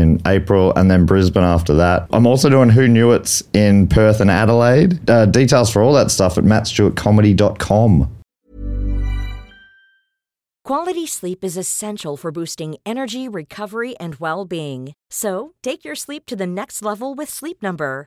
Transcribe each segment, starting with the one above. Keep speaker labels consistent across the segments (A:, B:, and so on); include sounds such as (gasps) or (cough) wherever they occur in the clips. A: in April, and then Brisbane after that. I'm also doing Who Knew It's in Perth and Adelaide. Uh, details for all that stuff at mattstewartcomedy.com.
B: Quality sleep is essential for boosting energy, recovery, and well being. So, take your sleep to the next level with Sleep Number.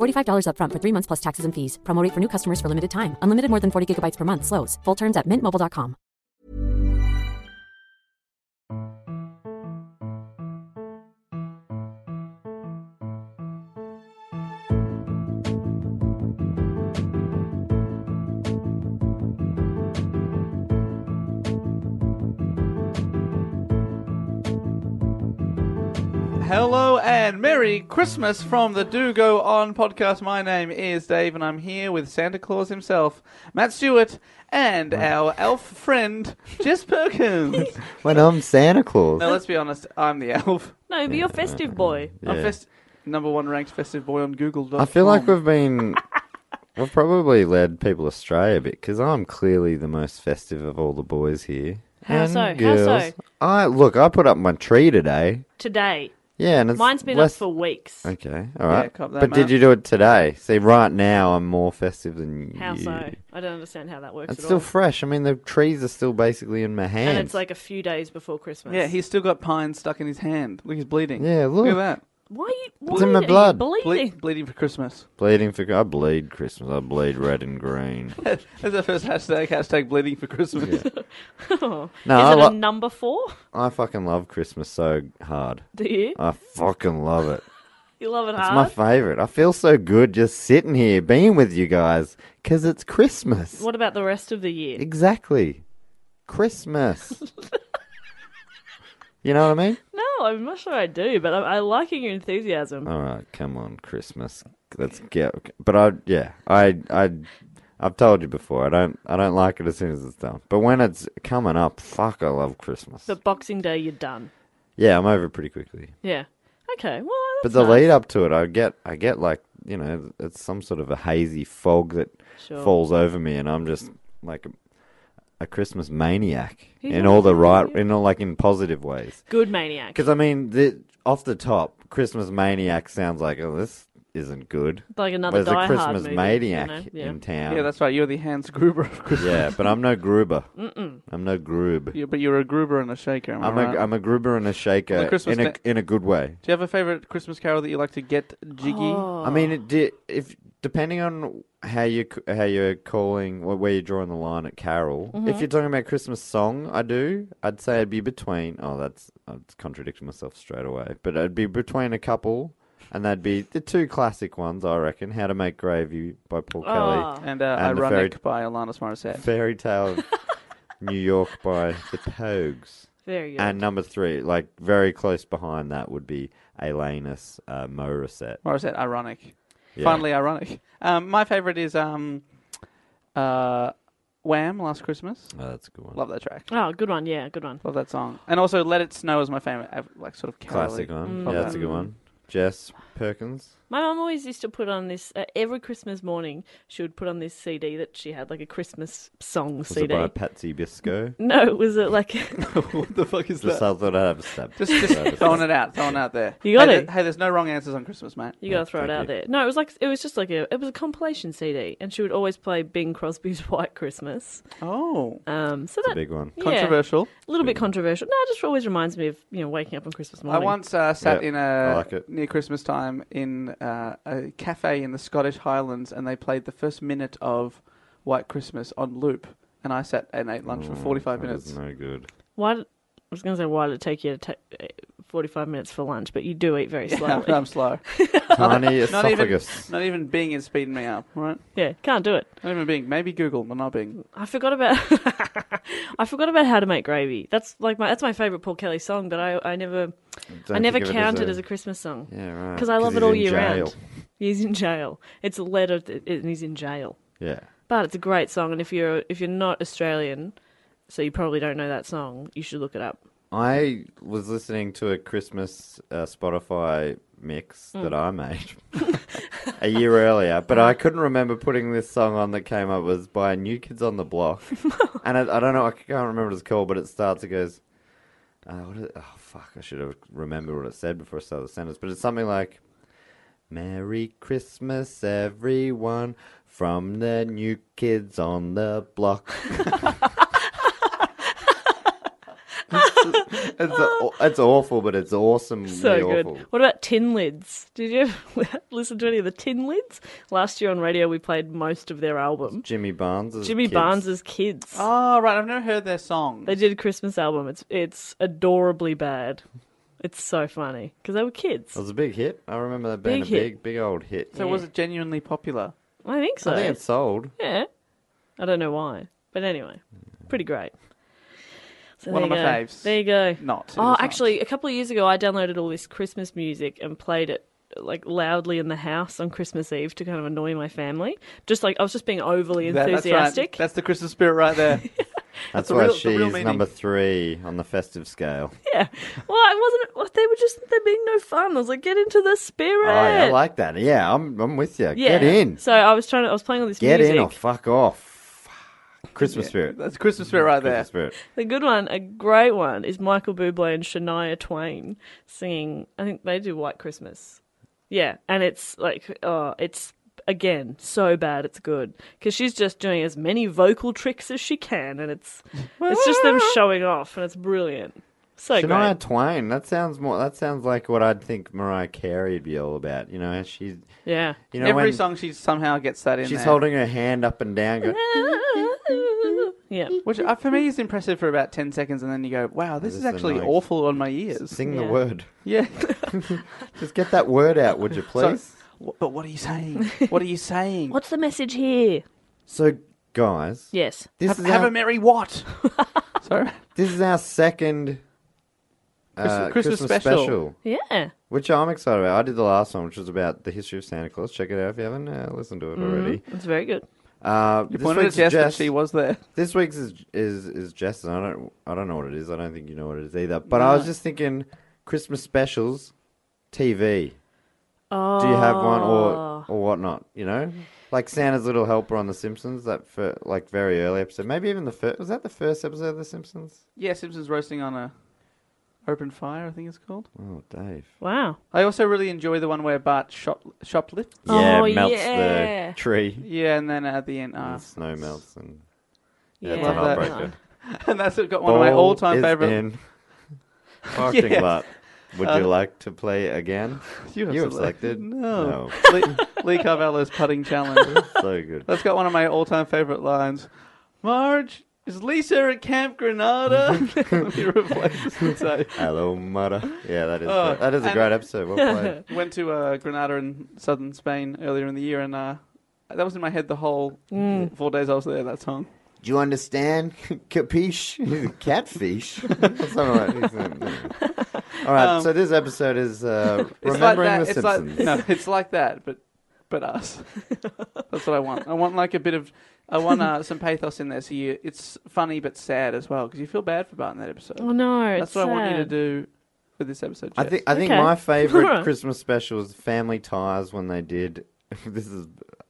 C: $45 upfront for three months plus taxes and fees. Promo rate for new customers for limited time. Unlimited more than 40 gigabytes per month. Slows. Full terms at mintmobile.com.
D: Hello and Merry Christmas from the Do Go On podcast. My name is Dave and I'm here with Santa Claus himself, Matt Stewart, and our elf friend, Jess Perkins.
A: When I'm Santa Claus.
D: now, let's be honest, I'm the elf.
E: No, but you're festive boy.
D: I'm fest- number one ranked festive boy on Google.
A: I feel like we've (laughs) been. We've probably led people astray a bit because I'm clearly the most festive of all the boys here.
E: How
A: And
E: so? How
A: girls.
E: so?
A: I look. I put up my tree today.
E: Today.
A: Yeah, and it's
E: Mine's been
A: less...
E: up for weeks.
A: Okay, all right.
D: cop that,
A: but
D: Mark.
A: did you do it today? See, right now I'm more festive than
E: How
A: you.
E: so? I don't understand how that works
A: It's
E: at
A: still
E: all.
A: fresh. I mean, the trees are still basically in my hand.
E: and it's like a few days before Christmas.
D: Yeah, he's still got pine stuck in his hand. Look, he's bleeding.
A: Yeah, look.
D: Look at
E: Why are you, why
A: It's in my
E: are you
A: blood.
D: that. Ble-
E: bleeding?
D: bleeding for Christmas. (laughs)
A: bleeding for. I bleed Christmas. I bleed red
D: (laughs)
A: and green.
D: That's the first hashtag, hashtag bleeding for Christmas.
A: No,
E: Is
A: I,
E: it a
A: lo-
E: number four? (laughs)
A: I fucking love Christmas so hard.
E: Do you?
A: I fucking love it.
E: You love it
A: It's my
E: hard?
A: favorite. I feel so good just sitting here, being with you guys, because it's Christmas.
E: what about the rest of the year?
A: Exactly, Christmas. you know what I mean?
E: No, I'm not sure I do, but I'm, I'm liking your enthusiasm.
A: All right, come on, Christmas. Let's get. But I, yeah, I, I, I've told you before. I don't, I don't like it as soon as it's done. But when it's coming up, fuck, I love Christmas.
E: But Boxing Day, you're done.
A: Yeah, I'm over it pretty quickly.
E: Yeah. Okay. Well,
A: But
E: that's
A: the
E: nice.
A: lead up to it, I get, I get like, you know, it's some sort of a hazy fog that
E: Sure.
A: falls over me, and I'm just like a, a Christmas maniac
E: He's
A: in
E: not
A: all the
E: a
A: right,
E: maniac.
A: in all like in positive ways.
E: Good maniac.
A: Because I mean, the, off the top, Christmas Maniac sounds like oh, this isn't good.
E: Like another
A: There's
E: Die
A: a
E: Hard
A: Christmas
E: movie,
A: Maniac
E: you know? Yeah.
A: in
D: (laughs)
A: town.
D: yeah, that's right. You're the Hans Gruber of (laughs) Christmas.
A: Yeah, but I'm no Gruber. Mm-mm. I'm no
D: (laughs)
A: Groob.
D: Yeah, but you're a Gruber and a Shaker. Am I
A: I'm
D: right?
A: a I'm a Gruber and a
D: Well,
A: shaker
D: the Christmas
A: in a
D: da-
A: in a good way.
D: Do you have a favorite Christmas carol that you like to get jiggy?
E: Oh.
F: Oh.
A: I mean, it di if depending on how you c- how you're calling wh- where you're drawing the line at Carol,
F: Mm-hmm.
A: if you're talking about Christmas song, I do. I'd say it'd be between. Oh, that's I'm contradicting myself straight away, but it'd be between a couple, and that'd be the two classic ones, I reckon. How to Make Gravy by Paul
E: Oh.
A: Kelly,
D: And, uh,
A: And the
D: Ironic by Alanis Morissette. (laughs)
A: Fairy Tale of New York by the Pogues.
E: Very good.
A: And number three, like very close behind that, would be Alanis uh, Morissette.
D: Morissette, ironic.
A: Yeah.
D: Finally, ironic. Um, my favorite is um, uh, Wham! Last Christmas.
A: Oh, that's a good one.
D: Love that track.
E: oh, good one. Yeah, good one.
D: Love that song. And also, Let It Snow is my favorite, like sort of Mm. carol-y.
A: Classic one.
D: Love
A: Yeah,
D: that.
A: that's a good one. Jess Perkins.
E: My mum always used to put on this uh, every Christmas morning. She would put on this CD that she had, like a Christmas song
G: Was it
E: CD.
G: by Patsy Bisco?
E: No, was it like
D: (laughs)
H: what the fuck is
G: Just I thought I'd have a stab.
D: Just, just (laughs) throwing it out, throwing it out there.
E: You got
D: hey,
E: it.
D: there- hey, there's no wrong answers on Christmas, mate.
E: you gotta throw it out there? No, it was like it was just like a it was a compilation CD, and she would always play Bing Crosby's (laughs) White Christmas.
D: Oh,
E: Um, so
G: a
E: that
G: big one.
E: yeah.
D: controversial.
E: a little bit controversial. No, it just always reminds me of you know waking up on Christmas
D: I
E: morning.
D: once uh, sat
G: Yeah,
D: in
G: I
D: a
G: like it.
D: near Christmas time in uh, a cafe in the Scottish Highlands, and they played the first minute of White Christmas on loop, and I sat and ate lunch for 45
G: That
D: minutes.
G: is No good.
E: Why? Did, I was gonna say why did it take you to ta- eh, forty-five minutes for lunch? But you do eat very
D: Yeah, (laughs)
E: slowly.
D: I'm slow.
G: Tiny
D: (laughs) Not even,
G: esophagus.
D: not even Bing is speeding me up, right?
E: yeah, can't do it.
D: Not even Bing. Maybe Google, but not Bing.
E: I forgot about (laughs) I forgot about how to make gravy. That's like my that's my favorite Paul Kelly song, but I I never
G: Don't
E: I never
G: think of
E: counted it as, a... Christmas song
G: Yeah, right.
E: because I love it
G: he's
E: all
G: in
E: year
G: jail.
E: round. He's in jail. It's a letter th- and he's in jail.
G: Yeah.
E: But it's a great song, and if you're if you're not Australian, so you probably don't know that song, you should look it up.
G: I was listening to a Christmas uh, Spotify mix that I made a year earlier, but I couldn't remember putting this song on that came up. It was by New Kids on
E: (laughs)
G: the Block. and I, I don't know, I can't remember what it's called, but it starts, it goes, uh, what is, oh, fuck, I should have remembered what it said before I started the sentence, but it's something like, Merry Christmas, everyone, from the New Kids on the Block. (laughs) It's, a, it's awful, but it's awesome.
E: So good.
G: Awful.
E: What about Tin Lids? Did you ever (laughs) listen to any of the Tin Lids? Last year on radio, we played most of their album.
G: Jimmy Barnes. is
E: Jimmy
G: kids.
E: Barnes's Kids.
D: Oh, right. I've never heard their song.
E: They did a Christmas album. It's it's adorably bad. It's so funny because they were kids.
G: It was a big hit. I remember that being
E: Big
G: a
E: hit.
G: big, big old hit.
D: so was it genuinely popular?
E: I think so.
G: I think it sold.
E: yeah. I don't know why, but anyway, pretty great. So
D: One
E: there
D: of
E: you
D: my
E: go.
D: faves.
E: There you go.
D: Not. It was
E: Oh,
D: not.
E: actually, a couple of years ago, I downloaded all this Christmas music and played it like loudly in the house on Christmas Eve to kind of annoy my family. Just like I was just being overly
D: That- that's right.
E: enthusiastic.
D: That's the Christmas spirit right there.
G: That's,
D: the
G: why
D: real- the real
G: she's
D: meaning.
G: number three on the festive scale.
D: (laughs)
E: Yeah. Well, I wasn't. well, They were just. They're being no fun. I was like, get into the spirit.
G: Oh, yeah, I like that. Yeah, I'm, I'm with you.
E: Yeah.
G: Get in.
E: So I was trying to. I was playing all this
G: Get
E: music.
G: in or fuck off. (sighs) Christmas spirit.
D: That's the Christmas spirit right there.
G: Christmas spirit.
E: The good one, a great one, is Michael Bublé and Shania Twain singing. I think they do White Christmas. Yeah, and it's like, oh, it's again so bad. It's good because she's just doing as many vocal tricks as she can, and it's it's just them showing off, and it's brilliant. So
G: Shania
E: great.
G: Twain. That sounds more. That sounds like what I'd think Mariah Carey'd be all about. You know, she's.
E: Yeah.
G: (laughs) You know,
D: Every
G: when
D: song she somehow gets that in
G: she's
D: there.
G: holding her hand up and down. Going,
E: Yeah.
D: Which uh, for me is impressive for about 10 seconds, and then you go, wow, this
G: This
D: is
G: is
D: actually
G: annoying.
D: awful on my ears.
G: Sing
E: Yeah.
G: the word.
D: (laughs) Yeah.
G: (laughs) Just get that word
D: (laughs)
G: out, would you
D: So,
G: please?
D: wh- but what are you saying? What are you saying?
E: What's the message here?
G: So, guys,
E: Yes.
G: this
D: have
G: is
D: have
G: our,
D: a merry what?
E: (laughs)
D: Sorry.
G: this is our second uh,
D: Christmas- Christmas special.
E: Yeah.
G: which I'm excited about. I did the last one, which was about the history of Santa Claus. Check it out if you haven't uh, listened to it already.
E: It's very good.
G: Uh,
D: Mm-hmm. You
G: this
D: pointed at
G: week's
D: Jess, and
G: Jess-
D: she was there.
G: This week's is is is Jess, and I don't I don't know what it is. I don't think you know what it is either. But I was just thinking Christmas specials, TV.
E: Oh.
G: Do you have one
D: Ah.
G: or or whatnot? You know, like Santa's Little Helper on The Simpsons. That fir- like very early episode, maybe even the first. Was that the first episode of The Simpsons?
D: Yeah, Simpsons roasting on a open fire, I think it's called.
G: Oh, Dave.
E: Wow.
D: I also really enjoy the one where Bart shop, shoplifts.
G: Yeah,
E: Oh,
G: melts
E: yeah.
G: the tree.
D: Yeah, and then at the end, ah.
G: And snow melts and
E: Yeah.
G: it's a
D: Love that.
G: heartbreaker.
D: (laughs) and that's got one of my all-time
G: Ball is
D: favorite. (laughs)
G: In. Parking
D: Yes. Uh,
G: lot. Would you like to play again?
D: (laughs) You have
G: You have
D: selected-
G: selected.
D: (laughs) No. Lee, Lee Carvalho's putting challenge.
G: so good.
D: That's got one of my all-time favorite lines. Marge, is Lisa at Camp Granada? he replaces and say,
G: Hello, mother. Yeah, that is
D: Oh,
G: that is a
D: and-
G: great episode. Well
D: (laughs) (laughs)
G: played.
D: went to uh, Granada in southern Spain earlier in the year, and uh, that was in my head the whole
E: Mm.
D: four days I was there. That song.
G: Do you understand? (laughs) Capiche? (laughs) He's
D: (laughs)
G: a catfish. Something like he's a- All right. so this episode is uh,
D: Um, It's
G: remembering
D: like that.
G: the
D: it's
G: Simpsons.
D: Like, (laughs) no, it's like that, but but us.
E: (laughs)
D: That's what I want. I want like a bit of. I want uh, some pathos in there, so you, it's funny but sad as well, because you feel bad for Bart in that episode.
E: Oh no.
D: That's
E: it's
D: what I want you to
E: sad.
D: do. for this episode.
G: I
D: Jess.
G: think I think
E: Okay.
G: my
E: (laughs)
G: favorite
E: Alright.
G: Christmas special is Family Ties when they did. (laughs) This is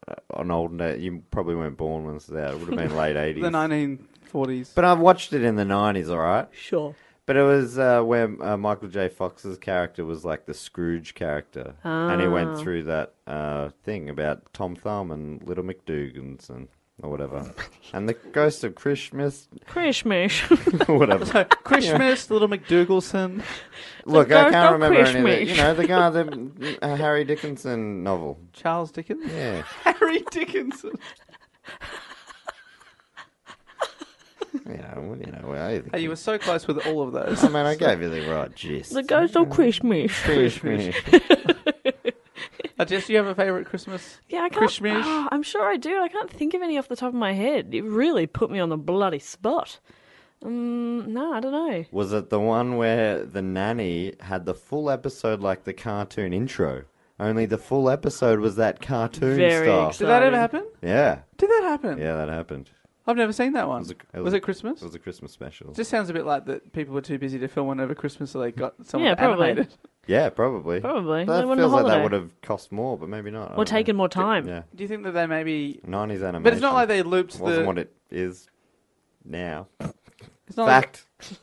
G: uh, an old day. You probably weren't born when this was out. It would have been late eighties.
D: the 1940s.
G: But I watched it in the nineties. All right.
E: Sure.
G: But it was uh, where uh, Michael J. Fox's character was like the Scrooge character, and he
E: Ah.
G: went through that uh, thing about Tom Thumb and Little McDougans and or
E: (laughs)
G: whatever, and the Ghost of Christmas, (laughs)
E: Christmas. (laughs)
G: whatever.
D: so Christmas, Little McDougalson.
G: Look, I
E: Ghost of
G: can't remember any of it.
E: Christmas.
G: You know, the
D: (laughs)
G: guy, the uh, Harry Dickinson novel.
D: Charles Dickens.
G: Yeah.
D: Harry Dickinson.
G: You know, well, you know, well, I,
D: Hey, you were so close with all of
E: (laughs)
D: those.
G: I mean, I gave you the right gist.
E: the ghost of Christmas.
G: Christmas.
D: Uh, Jess, do you have a favourite Christmas?
E: Yeah, I can't.
D: Christmas.
E: Ah, I'm sure I do. I can't think of any off the top of my head. It really put me on the bloody spot. Um, no, I don't know.
G: Was it the one where the nanny had the full episode like the cartoon intro? Only the full episode was that cartoon
E: Very
G: style.
E: exciting.
D: Did that ever
E: Sorry.
D: happen?
G: Yeah.
D: Did that happen?
G: Yeah, that happened.
D: I've never seen that one.
G: was
D: Was
G: a-
D: it,
G: it was a-
D: Christmas?
G: It was a Christmas special.
D: Just sounds a bit like that people were too busy to film one over Christmas, so they got someone
E: Yeah,
D: to
E: probably.
D: animate it.
G: yeah, probably.
E: Probably. They
G: That
E: wanted a
G: feels like that
E: holiday.
G: would have cost more, but maybe not. I
E: Or
G: don't know.
E: taken more time.
G: Yeah.
D: Do you think that they maybe.
G: 90s animation.
D: But it's not like they looped
G: wasn't
D: the.
G: what it is now.
D: it's not like-
G: Fact.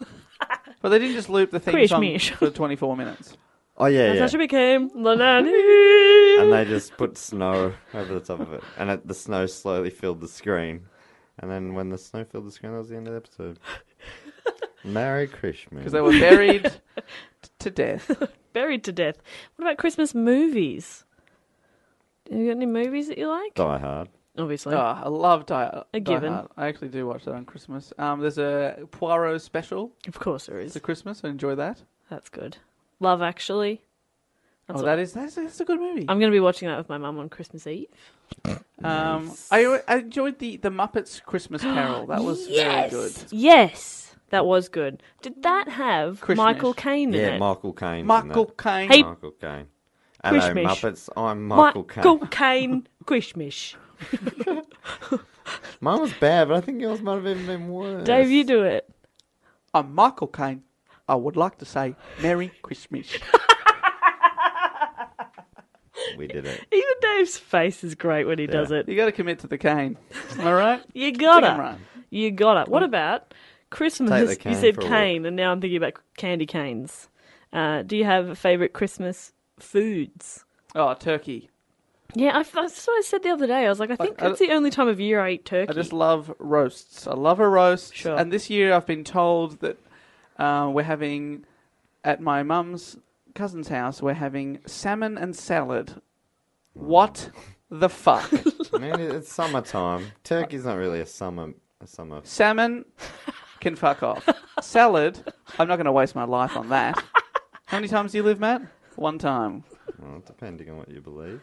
D: but they didn't just loop the theme song
E: Christmas.
D: for 24 minutes.
G: Oh yeah,
E: That's
G: yeah.
E: how she became the nanny.
G: and they just put snow over the top of it, and it, the snow slowly filled the screen. And then when the snow filled the screen, that was the end of
E: (laughs)
G: the episode. Merry Christmas.
D: Because they were buried
E: (laughs)
D: t- to death.
E: Buried to death. What about Christmas movies? Have you got any movies that you like?
G: Die Hard.
E: Obviously.
D: Oh, I love Die, Die
E: given.
D: Hard. I actually do watch that on Christmas. Um, there's a Poirot special
E: Of course there
D: It's
E: is.
D: a Christmas. I enjoy that.
E: That's good. Love Actually.
D: oh, that is that's, that's a good movie.
E: I'm going to be watching that with my mum on Christmas Eve.
D: Um, I, I enjoyed the the Muppets Christmas Carol. That was very good.
E: Yes. That was good. Did that have
D: Christmas.
E: Michael Caine in
G: Yeah,
E: it?
G: Michael Caine.
D: Michael Caine.
E: Hey,
G: Michael Caine. Hello,
E: Christmas.
G: Muppets. I'm Michael Caine.
E: Michael
G: (laughs)
E: Caine Christmas.
G: Mine was bad, but I think yours might have even been worse.
E: Dave, you do it.
D: I'm Uh, Michael Caine. I would like to say Merry Christmas.
E: (laughs)
G: We did it.
E: Even Dave's face is great when he does it.
D: you got to commit to the Caine. Am I right?
E: You got
D: Damn
E: it.
D: right.
E: You got it.
D: Mm.
E: What about Christmas?
G: Take the
E: You
G: cane
E: said
G: for a
E: cane, and now I'm thinking about candy canes. Uh, do you have favourite Christmas foods?
D: Oh, turkey.
E: Yeah, I, that's what I said the other day. I was like, I think
D: I-
E: that's the only time of year I eat turkey.
D: I just love roasts. I love a roast.
E: Sure.
D: And this year I've been told that uh, we're having, at my mum's cousin's house, we're having salmon and salad. What the
E: (laughs)
D: fuck?
G: I mean, it's summertime. Turkey's not really a summer. A summer.
D: Salmon can fuck off. Salad, I'm not going to waste my life on that. How many times do you live, Matt? One time.
G: Well, depending on what you believe.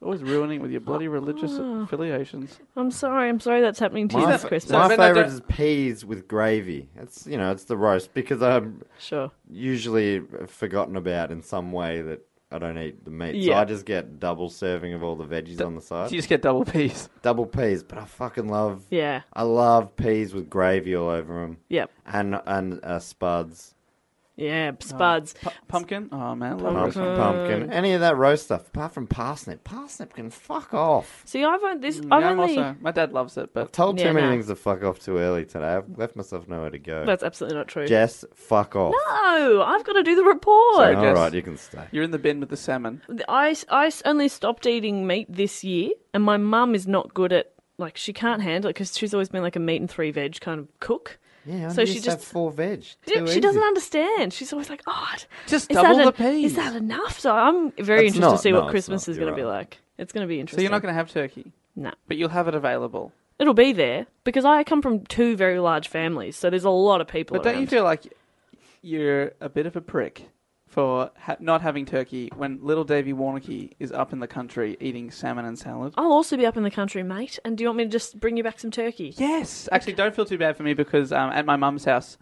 D: Always ruining it with your bloody religious
E: Ah.
D: affiliations.
E: I'm sorry. I'm sorry that's happening to you
G: My,
E: this
G: fa-
E: Christmas.
G: my
D: So-
G: favorite is peas with gravy. It's you know, it's the roast because I'm
E: Sure.
G: usually forgotten about in some way that I don't eat the meat. So
E: Yeah.
G: I just get double serving of all the veggies on the side.
D: Do you just get double peas?
G: Double peas, but I fucking love.
E: Yeah.
G: I love peas with gravy all over them.
E: Yep.
G: And and uh, spuds,
E: Yeah. Spuds.
D: Pu- pumpkin? Oh, man. I love roast.
G: pump- pumpkin, any of that roast stuff. Apart from parsnip, parsnip can fuck off.
E: See, I've only this.
D: Mm, Yeah,
E: I've
D: I'm
E: only.
D: also, my dad loves it,
G: I've
D: but
G: told too
E: Yeah,
G: many
E: nah.
G: things to fuck off too early today. I've left myself nowhere to go.
E: That's absolutely not true.
G: Jess, fuck off.
E: No, I've got to do the report.
G: All
D: Jess.
G: right, you can stay.
D: you're in the bin with the salmon.
E: I, I only stopped eating meat this year, and my mum is not good at like she can't handle it because she's always been like a meat and three veg kind of cook.
G: Yeah,
E: So she just-
G: have four veg.
E: She
G: Too
E: she doesn't
G: easy.
E: understand. She's always like, "Oh, it-
D: Just
E: is
D: double
E: that
D: the
E: en-
D: peas.
E: Is that enough? So I'm very
G: It's
E: interested
G: not-
E: to see
G: no,
E: what
G: it's
E: Christmas
G: not.
E: is going
G: You're
E: to be
G: right.
E: like. It's going to be interesting.
D: So you're not going to have turkey,
E: No,
D: but you'll have it available.
E: it'll be there because I come from two very large families, so there's a lot of people.
D: But don't you
E: around.
D: feel like you're a bit of a prick for ha- not having turkey when little Davy Warnocky is up in the country eating salmon and salad?
E: I'll also be up in the country, mate. And do you want me to just bring you back some turkey?
D: Yes. Actually, don't feel too bad for me because um, at my mum's house,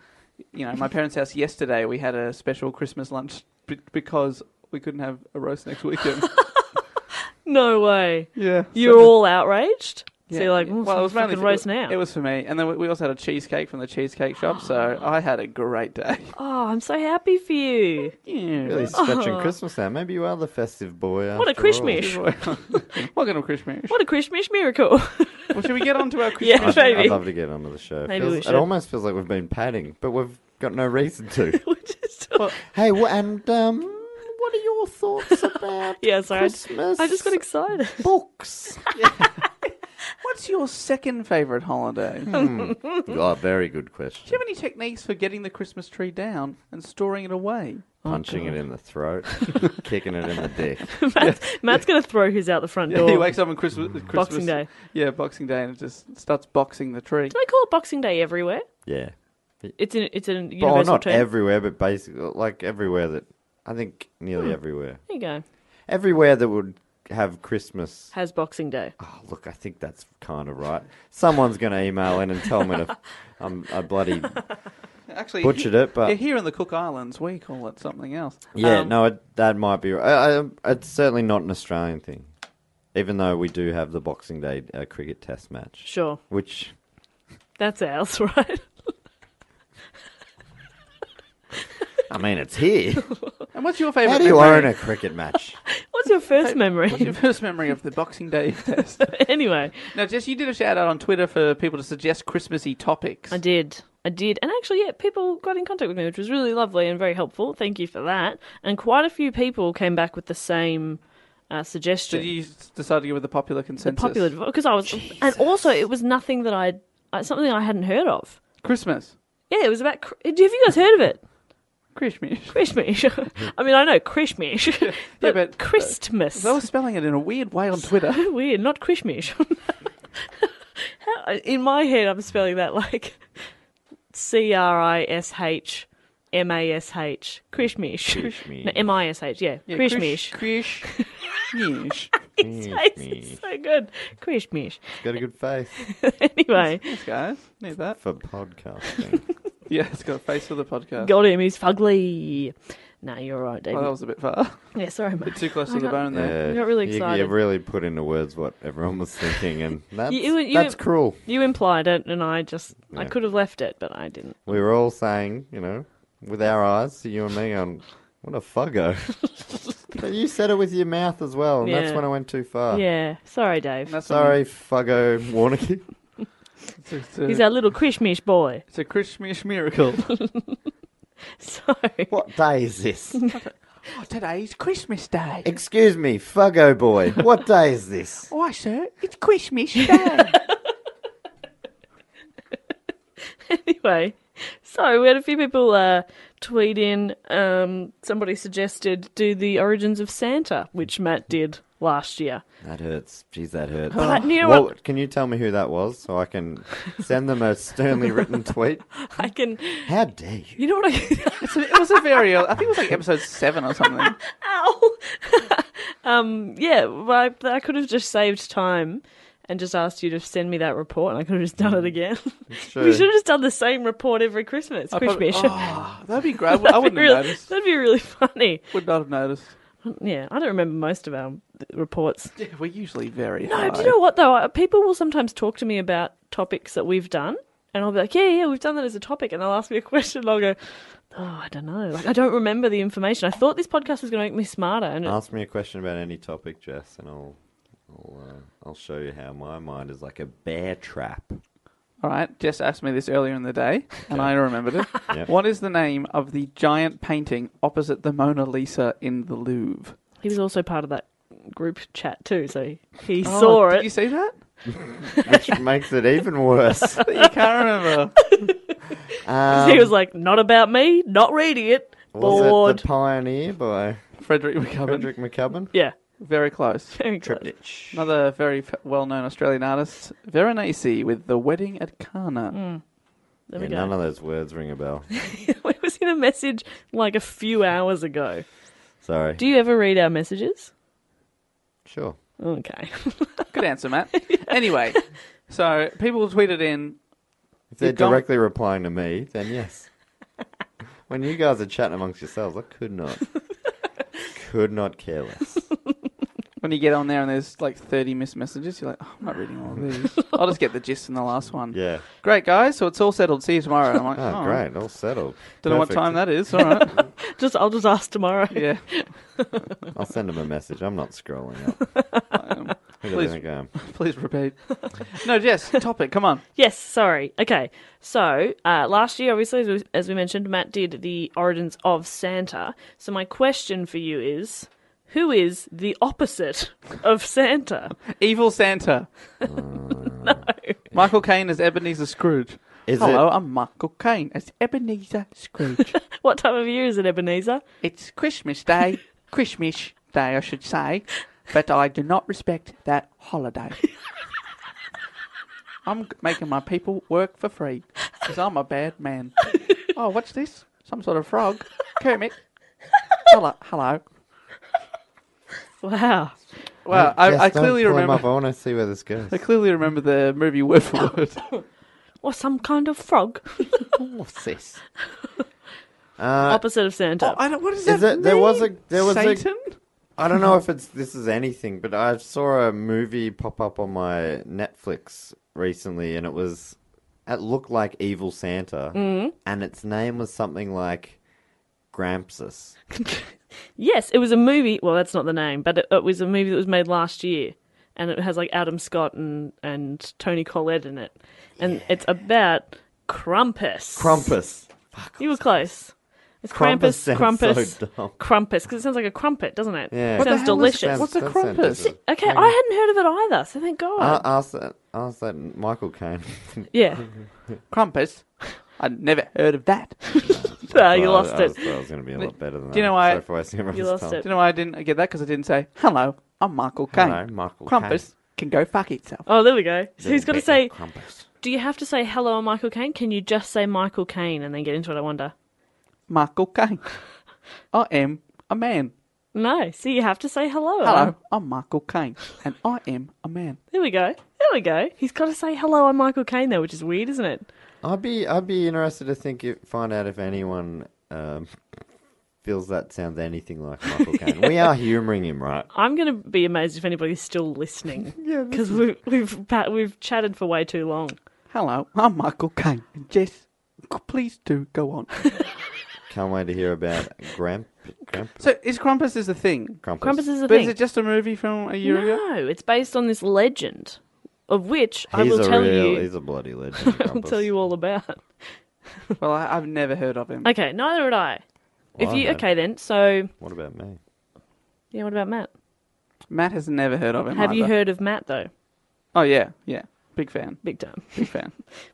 D: you know, my parents' house yesterday, we had a special Christmas lunch b- because we couldn't
E: (laughs)
D: have a roast next weekend.
E: No way.
D: yeah. (laughs)
E: You're all outraged. So you're like, "Ooh,
D: well, it was mainly
E: fucking
D: for-
E: roast now."
D: It was for me, and then we- we also had a cheesecake from the cheesecake shop. So
E: (gasps)
D: I had a great day.
E: Oh, I'm so happy for you.
D: Yeah.
G: Really
E: (laughs)
G: stretching Christmas now. Maybe you are the festive boy.
E: What a
G: after all.
E: Krishmish.
D: (laughs) Welcome to Christmas.
E: What a Krishmish miracle. (laughs)
D: Well, should we get on to our
E: Yeah,
D: Christmas?
E: maybe.
G: I'd love to get onto the show.
E: Maybe
G: Feels-
E: we
G: It
E: should.
G: almost feels like we've been padding, but we've got no reason
E: (laughs)
G: to.
E: We're just-
G: hey, wha- and um, what are
E: (laughs)
G: your thoughts about
E: yeah, sorry. I just-
G: Christmas
E: I just got excited.
G: (laughs)
D: (laughs)
E: (laughs)
G: books?
D: What's your second favourite holiday? Um, Do
G: oh, very good
D: you
G: question.
D: have any techniques for getting the Christmas tree down and storing it away?
G: Punching it in
E: (laughs)
G: the throat, kicking it in the dick.
E: Matt's, Matt's going to throw his out the front door.
D: he wakes up on Christmas, Christmas
E: Boxing Day.
D: Yeah, Boxing Day, and just starts boxing the tree.
E: Do they call it Boxing Day everywhere?
G: Yeah.
E: It's an it's an
G: But, oh,
E: universal
G: not
E: term.
G: everywhere, but basically, like everywhere that I think nearly everywhere,
E: there you go.
G: everywhere that would have Christmas.
E: Has Boxing Day.
G: Oh, look, I think that's kind of right. Someone's going to email in and tell me to, I'm I bloody
D: Actually,
G: butchered it,
D: yeah,
G: but
D: here in the Cook Islands, we call it something else.
G: yeah,
D: Um,
G: no, it, that might be. I, I, it's certainly not an Australian thing, even though we do have the Boxing Day uh, cricket test match,
E: Sure.
G: which
E: That's ours, (laughs) right?
G: I mean, it's here.
D: And what's your favourite?
G: How do you
D: memory?
G: own a cricket match?
E: What's your
D: What's your
E: first memory?
D: first memory of the Boxing Day (laughs) test?
E: (laughs) anyway,
D: now, Jess, you did a shout out on Twitter for people to suggest Christmassy topics.
E: I did. I did. And actually, yeah, people got in contact with me, which was really lovely and very helpful. Thank you for that. And quite a few people came back with the same uh,
D: So
E: suggestion.
D: you s- decided to go with the popular consensus.
E: popular because I was, and also it was nothing that I, uh, something I hadn't heard of.
D: Christmas.
E: Yeah, it was about. cr- Have you guys heard of it?
D: Christmas.
E: Krishmish. (laughs) I mean, I know Krishmish, (laughs) but,
D: but-
E: Christmas.
D: They were spelling it in a weird way on
E: (laughs)
D: Twitter.
E: weird, not Krishmish. (laughs) How, in my head, I'm spelling that like C R I S H M A S H. Krishmish.
G: Krishmish.
E: No, M I S H, yeah. Krishmish.
D: Krish. Krish.
E: His (laughs) face is so good. Krishmish.
G: Got a good face
E: (laughs) Anyway,
D: Thanks, guys. Need that.
G: for podcasting.
D: Yeah, it's got a face for the podcast.
E: got him, he's fugly. No, you're right, David.
D: Oh, that was a bit far.
E: yeah, sorry, mate.
D: Too close to the bone there.
G: Yeah,
E: got really
G: you-
E: excited.
G: You, really put into words what everyone was
E: (laughs)
G: thinking, and that's,
E: You- you-
G: that's cruel.
E: You implied it, and I just, I
G: Yeah.
E: could have left it, but I didn't.
G: We were all saying, you know, with our eyes, to you and me, on what
E: (laughs)
G: a fuggo. but you said it with your mouth as well, and that's
E: Yeah.
G: when I went too far.
E: Yeah, sorry, Dave.
D: That's
G: Sorry, fuggo
E: (laughs)
G: Warnicky.
D: It's a, it's a,
E: He's our little Krishmish boy. (laughs)
D: it's a Christmas miracle.
E: So,
G: What day
E: (laughs)
G: is this?
D: oh, today's Christmas Day.
G: Excuse me, fuggo boy. What day
E: (laughs)
G: is this?
D: Why, sir? It's Christmas Day.
E: anyway, so we had a few people uh, tweet in. Um, somebody suggested do the origins of Santa, which Matt did last year.
G: That hurts. Jeez, that hurts.
E: But you know
G: Well,
E: what?
G: can you tell me who that was so I can send them a sternly
E: (laughs)
G: written tweet?
E: I can.
G: How dare you?
E: You know what I.
D: It's a- it was a very, I think it was like episode seven or something.
E: (laughs) Ow! (laughs) um, yeah, well, I, I could have just saved time and just asked you to send me that report, and I could have just done it again. (laughs) we
G: Mm. true.
E: should have just done the same report every Christmas. Christmas.
D: Oh, that'd be great. I wouldn't
E: Really-
D: have noticed.
E: that'd be really funny.
D: Would not have noticed.
E: Yeah, I don't remember most of our reports.
D: Yeah, we're usually very
E: No,
D: high.
E: do you know what though? I- People will sometimes talk to me about topics that we've done, and I'll be like, "Yeah, yeah, we've done that as a topic," and they'll ask me a question, and I'll go, "Oh, I don't know. Like, I don't remember the information. I thought this podcast was going to make me smarter." And it-
D: Oh.
G: Ask me a question about any topic, Jess, and I'll I'll, uh, I'll show you how my mind is like a bear trap.
D: All right, Jess asked me this earlier in the day, and I remembered
G: (laughs)
D: it.
G: Yep.
D: What is the name of the giant painting opposite the Mona Lisa in the Louvre?
E: he was also part of that group chat too, so he, he
D: Oh,
E: saw
D: did
E: it.
D: you see that?
E: (laughs)
G: Which makes it even worse.
D: That you can't remember. (laughs)
E: (laughs)
G: Um,
E: he was like, "Not about me. Not reading it.
G: was
E: Bored."
G: it the Pioneer by
D: Frederick McCubbin.
G: Frederick McCubbin?
E: yeah,
D: Very close.
E: (laughs) very close.
G: Triptych.
D: Another very f- well-known Australian artist, Veronese, with the wedding at Cana.
E: There
G: Yeah,
E: we go. (laughs)
G: none of those words ring a bell.
E: it was in a message like a few hours ago.
G: Sorry.
E: Do you ever read our messages?
G: sure.
E: Okay. (laughs)
D: Good answer, Matt. Anyway, so people tweeted in.
G: If they're
D: You don't-
G: directly replying to me, then yes.
E: (laughs)
G: when
E: (laughs)
G: you guys are chatting amongst yourselves, I could not, could not care less.
D: When when you get on there and there's like 30 missed messages, you're like, oh, I'm not reading all of these. I'll just get the gist in the last one.
G: Yeah.
D: Great, guys. So it's all settled. See you tomorrow. I'm like,
G: Oh,
D: oh,
G: great. All settled.
D: Don't know what
G: Perfect.
D: time that is. All
G: (laughs)
D: right.
E: Just I'll just ask tomorrow.
D: yeah.
G: I'll send him a message. I'm not scrolling up.
D: Um,
G: Who do they
D: Please.
G: think I am?
D: please repeat. No, yes. Topic. Come on.
E: Yes, sorry. Okay, so uh, last year, obviously, as we, as we mentioned, Matt did the origins of Santa. So my question for you is, who is the opposite (laughs) of Santa?
D: Evil Santa. (laughs) Michael Caine is Ebenezer Scrooge.
G: Mm. Is
D: Hello,
G: it?
D: I'm Michael Caine as Ebenezer
G: (laughs)
D: Scrooge.
E: What time of year is it, Ebenezer?
D: it's Christmas Day, Christmas Day, I should say, but I do not respect that
G: (laughs)
D: holiday. I'm g- making my people work for free because I'm a bad
G: (laughs)
D: man. Oh, what's this? Some sort of frog. Kermit. Hello. Hello.
E: Wow.
D: Well, I,
G: Jess,
D: I
G: don't
D: clearly
G: pull him up. I
D: remember.
G: want to see where this goes.
D: I clearly remember the movie word
G: (laughs)
D: for word.
E: Or some kind of frog. (laughs)
G: What's this? Uh,
E: opposite of Santa.
D: Oh, I don't, what does
G: Is
D: that
G: it- there
D: mean?
G: was a- there was a-
D: Satan?
G: I don't know if it's this is anything, but I saw a movie pop up on my Netflix recently, and it was it looked like Evil Santa, and its name was something like Grampsus.
E: Yes, it was a movie. Well, that's not the name, but it, it was a movie that was made last year, and it has like Adam Scott and and Tony Collette in it, and it's about Krampus.
G: Crumpus.
E: You were close. It's
G: Krampus
E: Krampus,
G: sounds
E: Krampus,
G: so dumb.
E: Krampus, because it sounds like a crumpet, doesn't it?
G: Yeah.
E: It
G: What the
E: sounds
D: hell is
E: delicious.
D: Krampus? What's a
G: That sounds
D: Krampus?
G: interesting.
E: Okay, I hadn't heard of it either, so thank God.
G: Uh, ask that. Ask that Michael Caine. (laughs)
E: yeah,
D: Krampus? (laughs) I'd never heard of that. Do
E: Ah, you
G: Well,
E: lost
G: I, I
E: it.
G: was, I was going to be a lot better than that.
D: Do you know why-
G: So far, I see everyone's
E: You lost
G: tongue.
E: it.
D: you know why I didn't get that? Because I didn't say, hello, I'm Michael Caine.
G: Hello, Michael
D: Krampus can go fuck itself.
E: Oh, there we go. So he's got to
G: Bit of
E: say,
G: Krampus.
E: do you have to say hello, I'm Michael Caine? Can you just say Michael Caine and then get into it? I wonder.
D: Michael Caine. I am a man.
E: No, so you have to say hello.
D: Hello, I'm Michael Caine, and I am a man.
E: There we go. There we go. He's got to say hello. I'm Michael Caine though, which is weird, isn't it?
G: I'd be I'd be interested to think if, find out if anyone um, feels that sounds anything like
E: (laughs)
G: Michael Caine. We are humouring him, right?
E: I'm going to be amazed if anybody's still
D: (laughs)
E: listening. yeah, because we've we've pa- we've chatted for way too long.
D: Hello, I'm Michael Caine. And Jess, c- please do go on.
G: Can't wait to hear about Gramp Gramp
D: so, is Krampus is a thing?
G: Krampus.
E: Krampus is a
D: But
E: thing.
D: is it just a movie from a year ago?
E: no, it's based on this legend, of which I
G: He's
E: will
G: a
E: tell
G: real,
E: you. (laughs)
G: He's a bloody legend.
E: I will tell you all about.
D: Well, I, I've never heard of him.
E: Okay, neither would I. if
G: Well, I
E: you
G: had.
E: okay then, so
G: What about me?
E: yeah, what about Matt?
D: Matt has never heard of him.
E: Have you
D: either.
E: heard of Matt though?
D: Oh yeah, yeah. Big fan.
E: Big time. (laughs)
D: Big fan.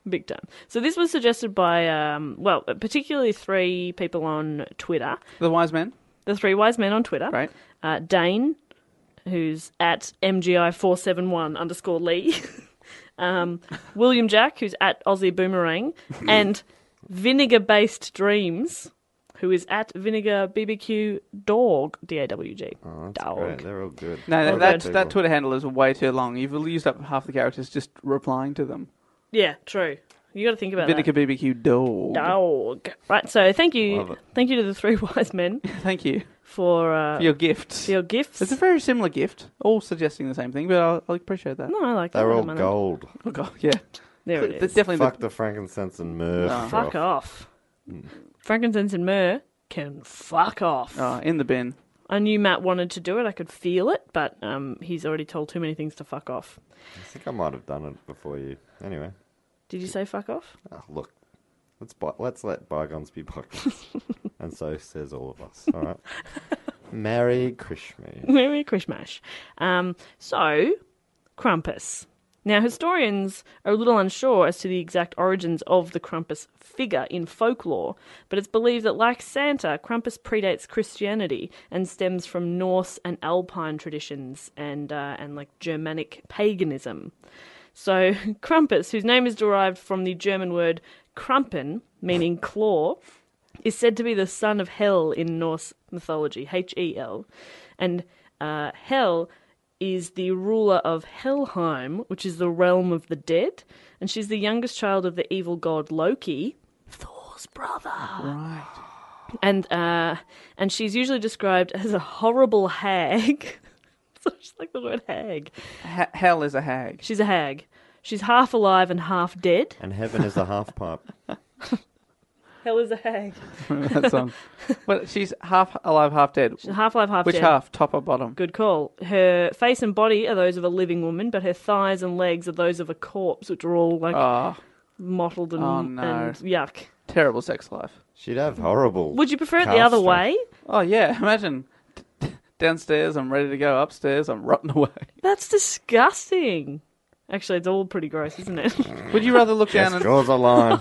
E: Big time. So this was suggested by, um, well, particularly three people on Twitter,
D: the wise man,
E: the three wise men on Twitter.
D: right?
E: uh, Dane, who's at MGI471 underscore Lee, (laughs) um, William Jack, who's at Aussie
G: (laughs)
E: Boomerang, and Vinegar Based Dreams, who is at Vinegar BBQ Dog, D A W G.
G: Oh, Great,
E: Dog.
G: they're all good.
D: No,
G: All
D: that,
G: Oh, good
D: that, that
G: people.
D: Twitter handle is way too long. You've used up half the characters just replying to them.
E: Yeah, true. You got to think about
D: Vinegar
E: that.
D: BBQ dog.
E: Dog. Right, so thank
G: Love
E: you.
G: it.
E: Thank you to the three (laughs) wise men
D: Thank you
E: for, uh,
D: for your gifts.
E: for your gifts.
D: It's a very similar gift, all suggesting the same thing, but I, I appreciate that.
E: no, I like that.
G: They're
E: one,
G: all
E: I like that.
G: gold.
D: Oh god, yeah,
E: There it
D: That's
E: is.
D: definitely
G: Fuck the frankincense and myrrh.
E: Fuck
G: off.
E: off.
G: Mm.
E: Frankincense and myrrh can fuck off.
D: the
G: Oh,
D: uh, in the bin.
E: I knew Matt wanted to do it. I could feel it, but um, he's already told too many things to fuck off.
G: I think I might have done it before you. Anyway,
E: Did you say fuck off? (laughs)
G: ah, look, let's by, let's let bygones be bygones,
E: (laughs)
G: and so says all of us. All right. Merry Christmas.
E: Merry Christmas. Um, so, Krampus. Now, historians are a little unsure as to the exact origins of the Krampus figure in folklore, but it's believed that, like Santa, Krampus predates Christianity and stems from Norse and Alpine traditions and uh, and like Germanic paganism. So, (laughs) Krampus, whose name is derived from the German word "krampen," meaning claw, is said to be the son of Hel in Norse mythology, H E L. And uh, Hel is the ruler of Helheim, which is the realm of the dead. And she's the youngest child of the evil god Loki, Thor's brother.
D: Right.
E: And, uh, and she's usually described as a horrible hag. (laughs) I just like the word hag.
D: Ha- hell is a
E: (laughs)
D: hag.
E: She's a hag. She's half alive and half dead.
G: And heaven is a half pipe.
E: Hell is a hag.
D: Remember that (laughs) song? well, she's half alive, half dead.
E: Half alive, half
D: Which
E: dead.
D: half? Top or bottom?
E: Good call. Her face and body are those of a living woman, but her thighs and legs are those of a corpse, which are all like
D: Oh,
E: mottled and,
D: Oh, no.
E: and yuck.
D: terrible sex life.
G: She'd have horrible.
E: Would you prefer it the
G: calf
E: other
G: strength.
E: way?
D: Oh yeah, (laughs) imagine. Downstairs, I'm ready to go. Upstairs, I'm rotting away.
E: That's disgusting. Actually, it's all pretty gross, isn't it? (laughs)
D: Would you rather look down
G: Just
D: and
G: draws a line.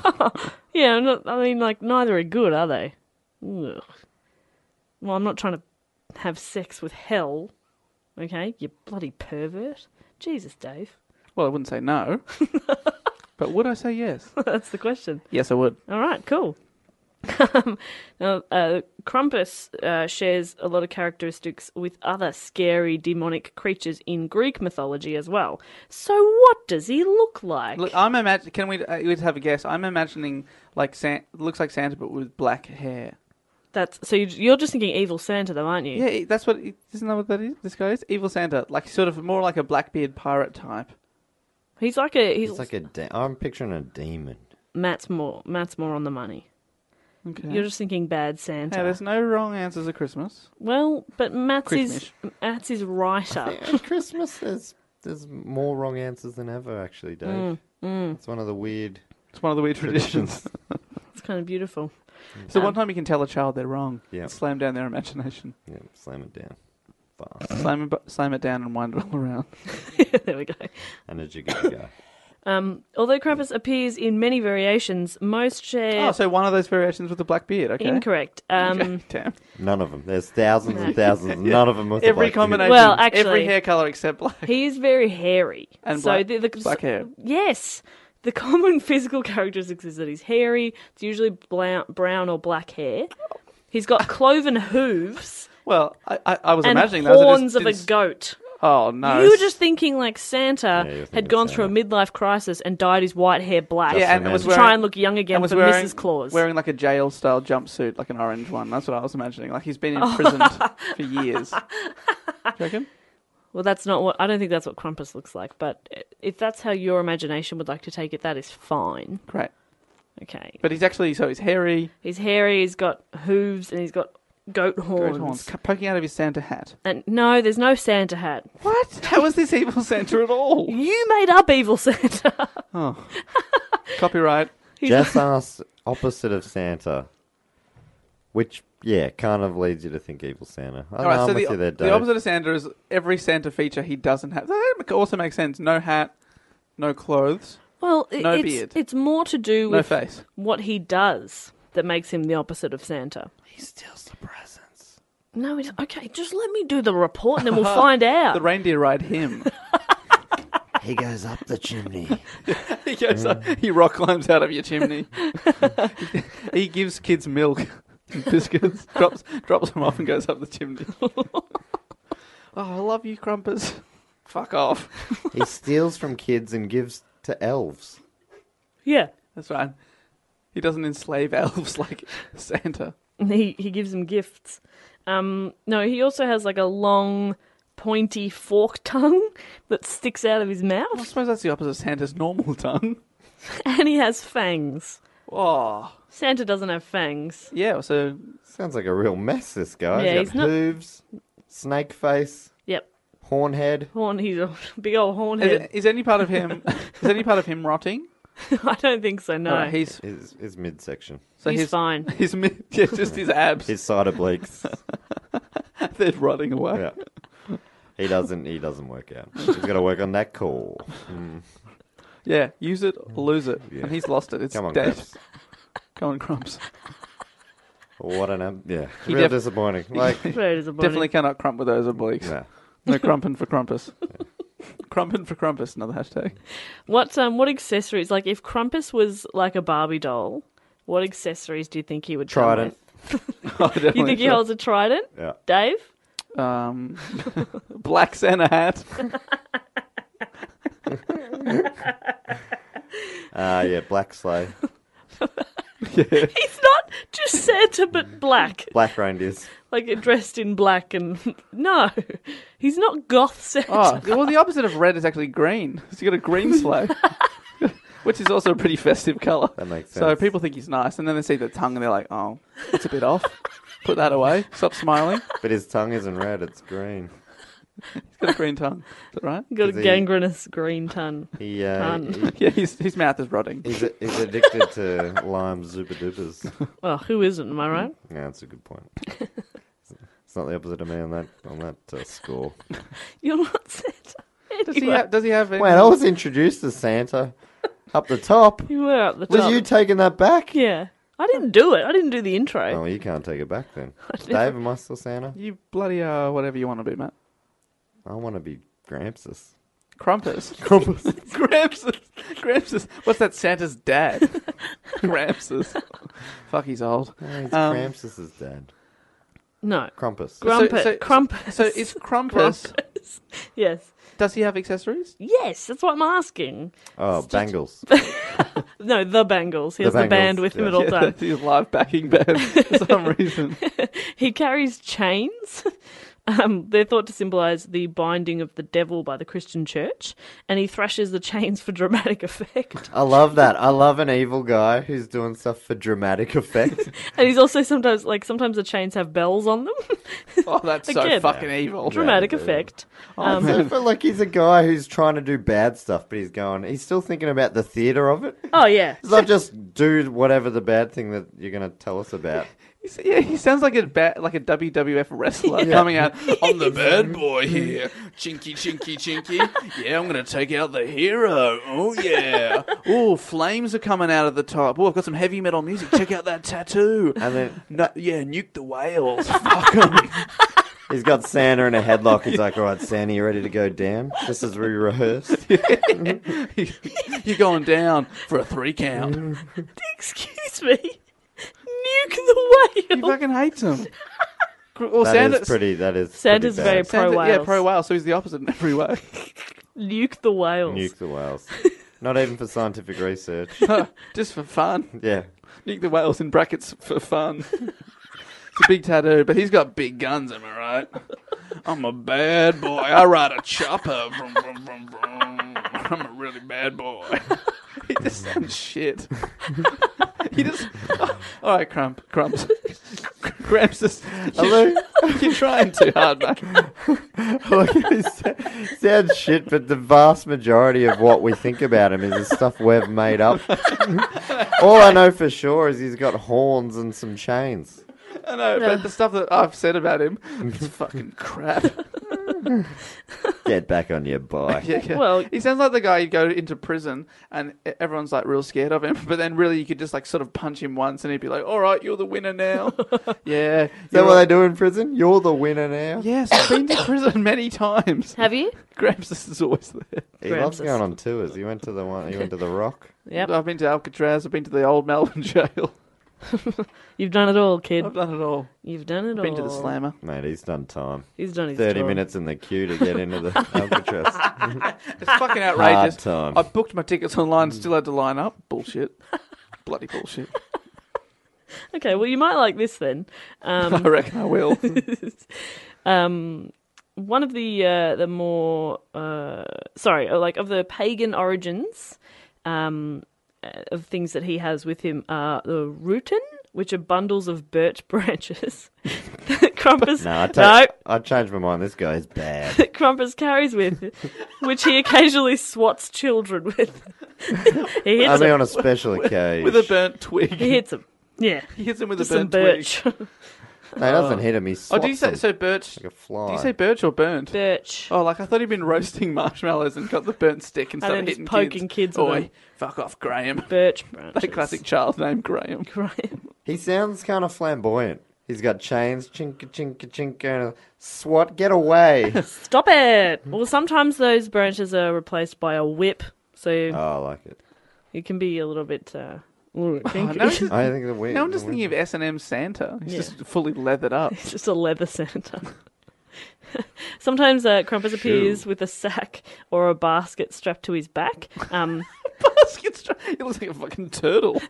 E: yeah, I'm not, I mean, like, neither are good, are they? Ugh. Well, I'm not trying to have sex with hell, okay? You bloody pervert. Jesus, Dave. (laughs)
D: Well, I wouldn't say no. but would I say yes?
E: That's the question.
D: Yes, I would.
E: All right, cool. (laughs) now, uh, Krampus uh, shares a lot of characteristics with other scary demonic creatures in Greek mythology as well. So, what does he look like?
D: Look, I'm imagine. Can we? Uh, let's have a guess. I'm imagining like San- looks like Santa, but with black hair.
E: That's so you- you're just thinking evil Santa, though, aren't you?
D: Yeah, he- that's what. Isn't that what that is? This guy is evil Santa, like sort of more like a Blackbeard pirate type.
E: He's like a he's
G: It's like a. De- I'm picturing a demon.
E: Matt's more Matt's more on the money.
D: Okay.
E: You're just thinking bad
D: Now,
E: Santa.
D: there's no wrong answers at Christmas.
E: well, but Matt's is Matt's is
D: (laughs)
E: writer.
G: At Christmas, there's there's more wrong answers than ever. Actually, Dave.
E: Mm,
G: It's one of the weird
D: It's one of the weird traditions.
G: (laughs) traditions.
E: it's kind of beautiful. (laughs)
D: so one time you can tell a child they're wrong.
G: Yeah.
D: Slam down their imagination.
G: yeah, slam it down. Fast.
D: slam, it, bu- slam it down and wind it all around.
E: there we go. Um,
G: And a jiggy go.
E: Although Krampus appears in many variations, most share
D: Oh, so one of those variations with the black beard. Okay.
E: incorrect. Um,
D: Okay, Damn.
G: None of them. There's thousands and
D: (laughs)
G: thousands. None of them. With the
D: Every
G: black beard.
D: combination.
E: Well, actually-
D: every hair color except black.
E: He is very hairy.
D: And
E: so
D: black-
E: the, the,
D: black hair.
E: Yes. The common (laughs) physical characteristics is that he's hairy. It's usually bla- brown or black hair.
D: (laughs)
E: He's got cloven hooves
D: Well, I, I, I was
E: and
D: imagining those. I
E: horns
D: just
E: of a
D: didn't-
E: goat.
D: Oh no!
E: You were just thinking like Santa
G: Yeah, you were thinking
E: had gone through a
G: Santa.
E: midlife crisis and dyed his white hair black
D: yeah, and
G: Just
D: it was
E: to
G: imagine.
D: wearing,
E: try and look young again
D: and was
E: for
D: wearing,
E: Mrs. Claus.
D: wearing like a jail style jumpsuit, like an orange one. That's what I was imagining. Like he's been (laughs) imprisoned for years. Oh. Do you reckon?
E: Well, that's not what I don't think that's what Krampus looks like. But if that's how your imagination would like to take it, that is fine.
D: Great.
E: Okay,
D: But he's actually so he's hairy,
E: he's hairy. He's got hooves and he's got goat horns.
D: goat horns c- poking out of his Santa hat.
E: And no, there's no Santa hat.
D: What? (laughs) How is this evil Santa at (laughs) all?
E: You made up evil (laughs) Santa.
D: Copyright.
E: (laughs)
G: Jess asked opposite of Santa, which yeah, kind of leads you to think evil Santa. I
D: All right,
G: know,
D: so
G: I'm with you
D: the,
G: there,
D: the
G: Dave.
D: opposite of Santa is every Santa feature he doesn't have. That ma- also makes sense. No hat, no clothes,
E: Well, i-
D: No
E: it's
D: beard.
E: it's more to do
D: no
E: with
D: face.
E: what he does that makes him the opposite of Santa.
G: he steals the presents.
E: No, it's okay. Just let me do the report, and then
D: (laughs)
E: we'll find out.
D: The reindeer ride him.
G: He goes up
I: (laughs)
G: the chimney.
D: (laughs) he goes up, he rock climbs out of your (laughs) chimney. he gives kids milk, and (laughs) biscuits, drops drops them off, and goes up the chimney. (laughs) oh, I love you, Crumpers. Fuck off.
G: he steals from kids and gives to elves.
E: yeah,
D: That's right. He doesn't enslave elves (laughs) like Santa.
E: And he he gives him gifts. Um, no, he also has like a long, pointy fork tongue that sticks out of his
D: I
E: mouth,
D: suppose that's the opposite of Santa's normal tongue.
E: (laughs) and he has fangs.
D: Oh,
E: Santa doesn't have fangs.
D: yeah. So
G: Sounds like a real mess. This guy.
E: Yeah, he's
G: he's got
E: not-
G: hooves, snake face,
E: Yep,
G: horn head.
E: horn. He's a (laughs) big old horn
D: Is,
E: head.
D: is any part of (laughs) him? is any part of him rotting?
E: (laughs) I don't think so. No,
D: Alright, he's
G: His, his midsection.
D: so
E: he's
D: his,
E: fine.
D: His mid- (laughs) yeah, just his abs.
G: His
E: (laughs)
G: side obliques.
D: (laughs) They're rotting away.
G: yeah. He doesn't. He doesn't work out. He's got to work on that core.
D: Yeah, use it, or lose it,
G: Yeah.
D: and he's lost it. It's
G: Come on,
D: dead.
G: Krebs.
D: (laughs) Come on, Crumps.
G: What an ab- yeah.
D: He
G: real
D: def- (laughs)
G: disappointing. Like
E: Very disappointing.
D: Definitely cannot crump with those obliques.
G: nah.
D: No crumping for
G: (laughs)
D: Crumpus. crumping for Crumpus, another hashtag.
E: What um what accessories? Like if Krampus was like a Barbie doll, what accessories do you think he would come
G: Trident.
E: with?
D: I definitely
E: You think he
D: should.
E: holds a trident,
G: Yeah.
E: Dave?
D: um, (laughs) black Santa hat?
G: Ah, yeah, Black Sleigh,
D: yeah.
E: He's not just Santa, but black,
G: Black Reindeers.
E: like dressed in black, and (laughs) no, He's not goth Santa.
D: (laughs) Oh, well, the opposite of red is actually (laughs) green. He's got a green (laughs) slab, which is also a pretty festive color.
G: That makes
D: So
G: sense.
D: people think he's nice, and then they see the tongue, and they're like, "Oh, it's a bit
G: (laughs)
D: off. Put that away. Stop smiling.
G: But his tongue isn't red; it's green.
D: He's got a green tongue. Is that
G: (laughs)
D: right?
E: Got a
G: Is he-
E: gangrenous green ton.
G: He, uh,
E: Tongue.
G: he-
D: Yeah, his his mouth is rotting.
G: he's, a- he's addicted to lime zuper duppers.
E: Well, who isn't? Am I right?
G: Yeah, that's a good point. It's not the opposite of me on that on that uh, score.
E: You're not (laughs) Santa.
D: Does he
E: Anyway,
D: have? Does he have?
G: Wait, I was introduced as Santa up the top.
E: you were up the
G: Was
E: top.
G: you taking that back?
E: Yeah, I didn't do it. I didn't do the intro.
G: Oh, well, you can't take it back then. Dave, am I still Santa?
D: You bloody uh, whatever you want to be, Matt.
G: I want to be Grampus.
D: Crumpus. (laughs)
G: Grampus.
D: Gramsus. Gramsus. What's that? Santa's (laughs) dad. Gramsus. Fuck, he's old.
G: No, he's
D: Um,
G: Grampus's dad.
E: No,
G: Crumpus.
E: Grumpet.
D: So- so-
E: Crumpus.
D: So is Crumpus?
E: yes,
D: Does he have accessories?
E: yes. That's what I'm asking.
G: Oh, Bangles.
E: No, the Bangles. He has the,
G: Bangles,
E: band with him
G: yeah.
E: at all
G: (laughs)
E: times.
D: He's live backing band for some reason.
E: He carries chains. (laughs) Um, they're thought to symbolize the binding of the devil by the Christian church, and he thrashes the chains for dramatic (laughs) effect.
G: I love that. I love an evil guy who's doing stuff for dramatic
E: (laughs)
G: effect. (laughs)
E: and he's also sometimes like sometimes the chains have bells on them. (laughs)
D: Oh, that's so
E: Again.
D: fucking Oh. evil.
E: dramatic
G: dude.
E: effect. Um,
G: I feel like he's a guy who's trying to do bad stuff, but he's going. He's still thinking about the theatre of it.
E: oh
G: (laughs)
E: yeah,
G: It's not just do whatever the bad thing that you're going to tell us about.
D: He's- Yeah, (laughs) he sounds like a ba- like a WWF wrestler coming (laughs) out. I'm the bad boy here. Chinky, chinky, chinky. Yeah, I'm gonna take out the hero. Oh (laughs) yeah. Oh, flames are coming out of the top. Oh, I've got some heavy metal music. Check out that tattoo.
G: And then
D: No, yeah, nuke the whales. (laughs) Fuck 'em.
G: he's got Santa in a headlock. He's like, "All right, Santa, you ready to go down?" Just as
E: (laughs)
G: we rehearsed.
D: You're going down for a three (laughs) count.
E: excuse me. Nuke the
D: He
E: whale.
D: fucking hates him. Well,
G: That is
D: Santa,
G: pretty. That is.
E: Santa's
G: pretty
E: very
G: bad.
E: pro
D: Santa-
E: whales.
D: yeah, pro whale. So he's the opposite in every way. (laughs)
E: Nuke the whales.
G: Nuke
E: (laughs)
G: the whales. Not even for scientific research.
D: Just for fun.
G: Yeah.
D: Nick the Whale's in brackets for fun. it's a big tattoo, but he's got big guns, am I right? I'm a bad boy. I ride a chopper. Vroom, vroom, vroom, vroom. I'm a really bad boy. (laughs) he just sounds shit. (laughs) he just. oh, all right, Crump. (laughs) Crumps. Cramps just.
G: Hello.
D: (laughs) You're trying too hard, mate.
G: Look, (laughs) it sa- sounds shit, but the vast majority of what we think about him is the stuff we've
D: (laughs)
G: made up. All I know for sure is he's got horns and some chains.
D: I know, but the stuff that I've said about him is fucking crap. (laughs)
G: Get back on your bike.
D: Yeah, yeah.
E: Well-
D: he sounds like the guy you'd go into prison and e, everyone's like real scared of him, (laughs) but then really you could just like sort of punch him once and he'd be like, "All right, you're the winner (laughs) now." yeah, is
G: Is that what they do in prison? You're the winner now.
D: Yes, I've been to prison many times.
E: (laughs) Have you?
D: Gramps is always there.
G: He
E: Gramps.
G: loves going on tours. He went to the one. He went to the Rock.
E: Yep.
D: I've been to Alcatraz. I've been to the old Melbourne (laughs) jail.
E: You've done it all, kid.
D: I've done it all.
E: You've done it
D: I've
E: all.
D: been to the slammer.
G: Mate, he's done time.
E: He's done his
G: Thirty
E: tour.
G: minutes in the queue to get
D: (laughs)
G: into the Alcatraz.
D: It's
E: (laughs)
D: fucking outrageous. Oh, Mm.
G: time.
D: I booked my tickets online, still had to line up. Bullshit.
E: (laughs)
D: Bloody bullshit.
E: Okay, well, you might like this then.
G: (laughs)
D: I reckon I
E: (laughs)
D: will.
E: Um, one of the uh, the more uh, sorry, uh, like of the pagan origins um, uh, of things that he has with him are the rutan, which are bundles of birch (laughs) branches.
G: (laughs)
E: that Krampus,
G: No, I,
E: no,
G: ta- I changed my mind. This guy
D: (laughs)
G: is bad.
E: that Krampus carries with, which he occasionally swats children with. (laughs) he hits
G: I mean,
E: them.
G: on a special occasion.
D: with a burnt twig. (laughs)
E: He hits them. Yeah,
D: He hits him with
E: just
D: a
E: some
D: burnt twig.
E: birch. (laughs)
G: No, he doesn't hit him. He
D: Oh,
G: swats
D: do you say
G: him
D: so? Birch.
G: like a fly.
D: Do you say birch or burnt?
E: birch.
D: Oh, like I thought he'd been roasting (laughs) marshmallows and got the burnt stick and
E: And
D: started
E: then just
D: hitting
E: poking
D: kids.
E: kids with
D: Oi,
E: them.
D: fuck off, Graham. (laughs)
E: Birch branches.
D: That classic child name, (laughs) Graham.
E: Graham.
G: He sounds kind of flamboyant. He's got chains, chinka, chinka, chinka, and a swat,
D: (laughs)
G: get away.
E: Stop it! Well, sometimes those branches are replaced by a whip, so
G: oh, I like it.
E: it can be a little bit, uh, a little (laughs) bit kinky.
D: Oh, no, just,
G: I think the weird.
D: now I'm just thinking of S and M Santa. He's
E: Yeah.
D: just fully leathered (laughs) up.
E: It's just a leather Santa. (laughs) sometimes uh, Krampus appears with a sack or a basket strapped to his back. Um,
D: Basket stra- He looks like a fucking turtle.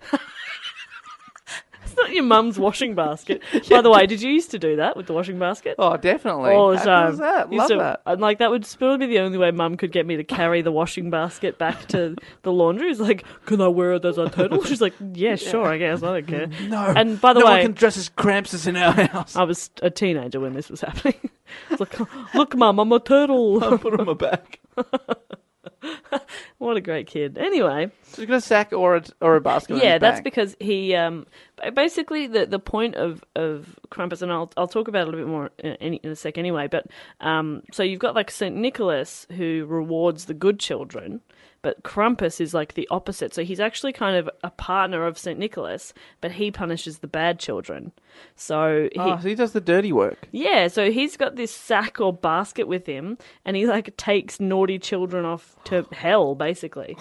E: it's not your mum's washing basket. By the way, did you used to do that with the washing basket?
D: Oh, definitely.
E: All the
D: How
E: time.
D: cool is that?
E: Used
D: Love
E: to-
D: that.
E: And like that would probably be the only way Mum could get me to carry the washing basket back to the laundry. It's like, can I wear it as a turtle? She's like, yeah, sure, I guess I don't care.
D: No.
E: And by the
D: no
E: way,
D: one can dress as Krampus in our (laughs) house.
E: I was a teenager when this was happening. (laughs) It's like, look, Mum, I'm a turtle. (laughs)
D: I'll put it on my (laughs) back.
E: what a great kid. Anyway,
D: So you got a sack or a or a basket.
E: yeah, that's because he um, ba- basically the the point of of Krampus, and I'll I'll talk about it a little bit more in, in, in a sec anyway. But um, so you've got like Saint Nicholas who rewards the good children, but Krampus is like the opposite. So he's actually kind of a partner of Saint Nicholas, but he punishes the bad children. So he,
D: Oh, so he does the dirty (laughs) work.
E: yeah, so he's got this sack or basket with him, and he like takes naughty children off
D: (sighs)
E: to hell basically.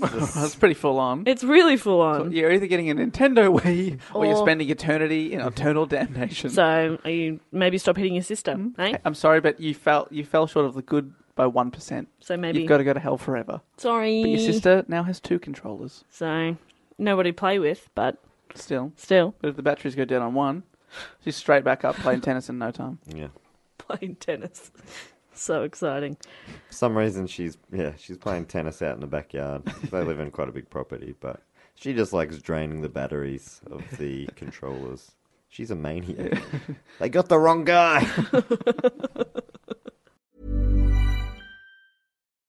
D: that's pretty full (laughs) on.
E: It's really full on.
D: You're either getting a Nintendo Wii or, you're
E: Or-
D: spending eternity in eternal (laughs) damnation.
E: So are you maybe stop hitting your sister, eh?
D: I'm sorry, but you fell you fell short of the good by one percent.
E: So maybe
D: you've got to go to hell forever.
E: sorry.
D: But your sister now has two controllers
E: So nobody to play with, but
D: still.
E: still (laughs)
D: But if the batteries go down on one, she's straight back up playing tennis in no time.
G: Yeah.
E: playing tennis. So exciting.
G: For some reason, she's yeah, she's playing tennis out in the backyard. they live in quite a big property, but she just likes draining the batteries of the controllers. She's
D: (laughs)
G: a maniac. they got the wrong guy.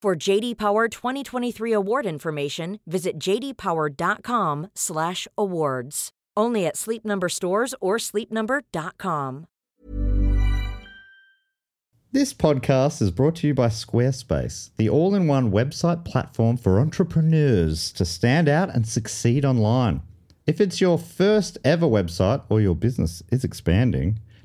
B: For JD Power 2023 award information, visit jdpower.com/awards. Only at Sleep Number stores or sleepnumber.com.
A: This podcast is brought to you by Squarespace, the all in one website platform for entrepreneurs to stand out and succeed online. If it's your first ever website or your business is expanding,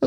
A: it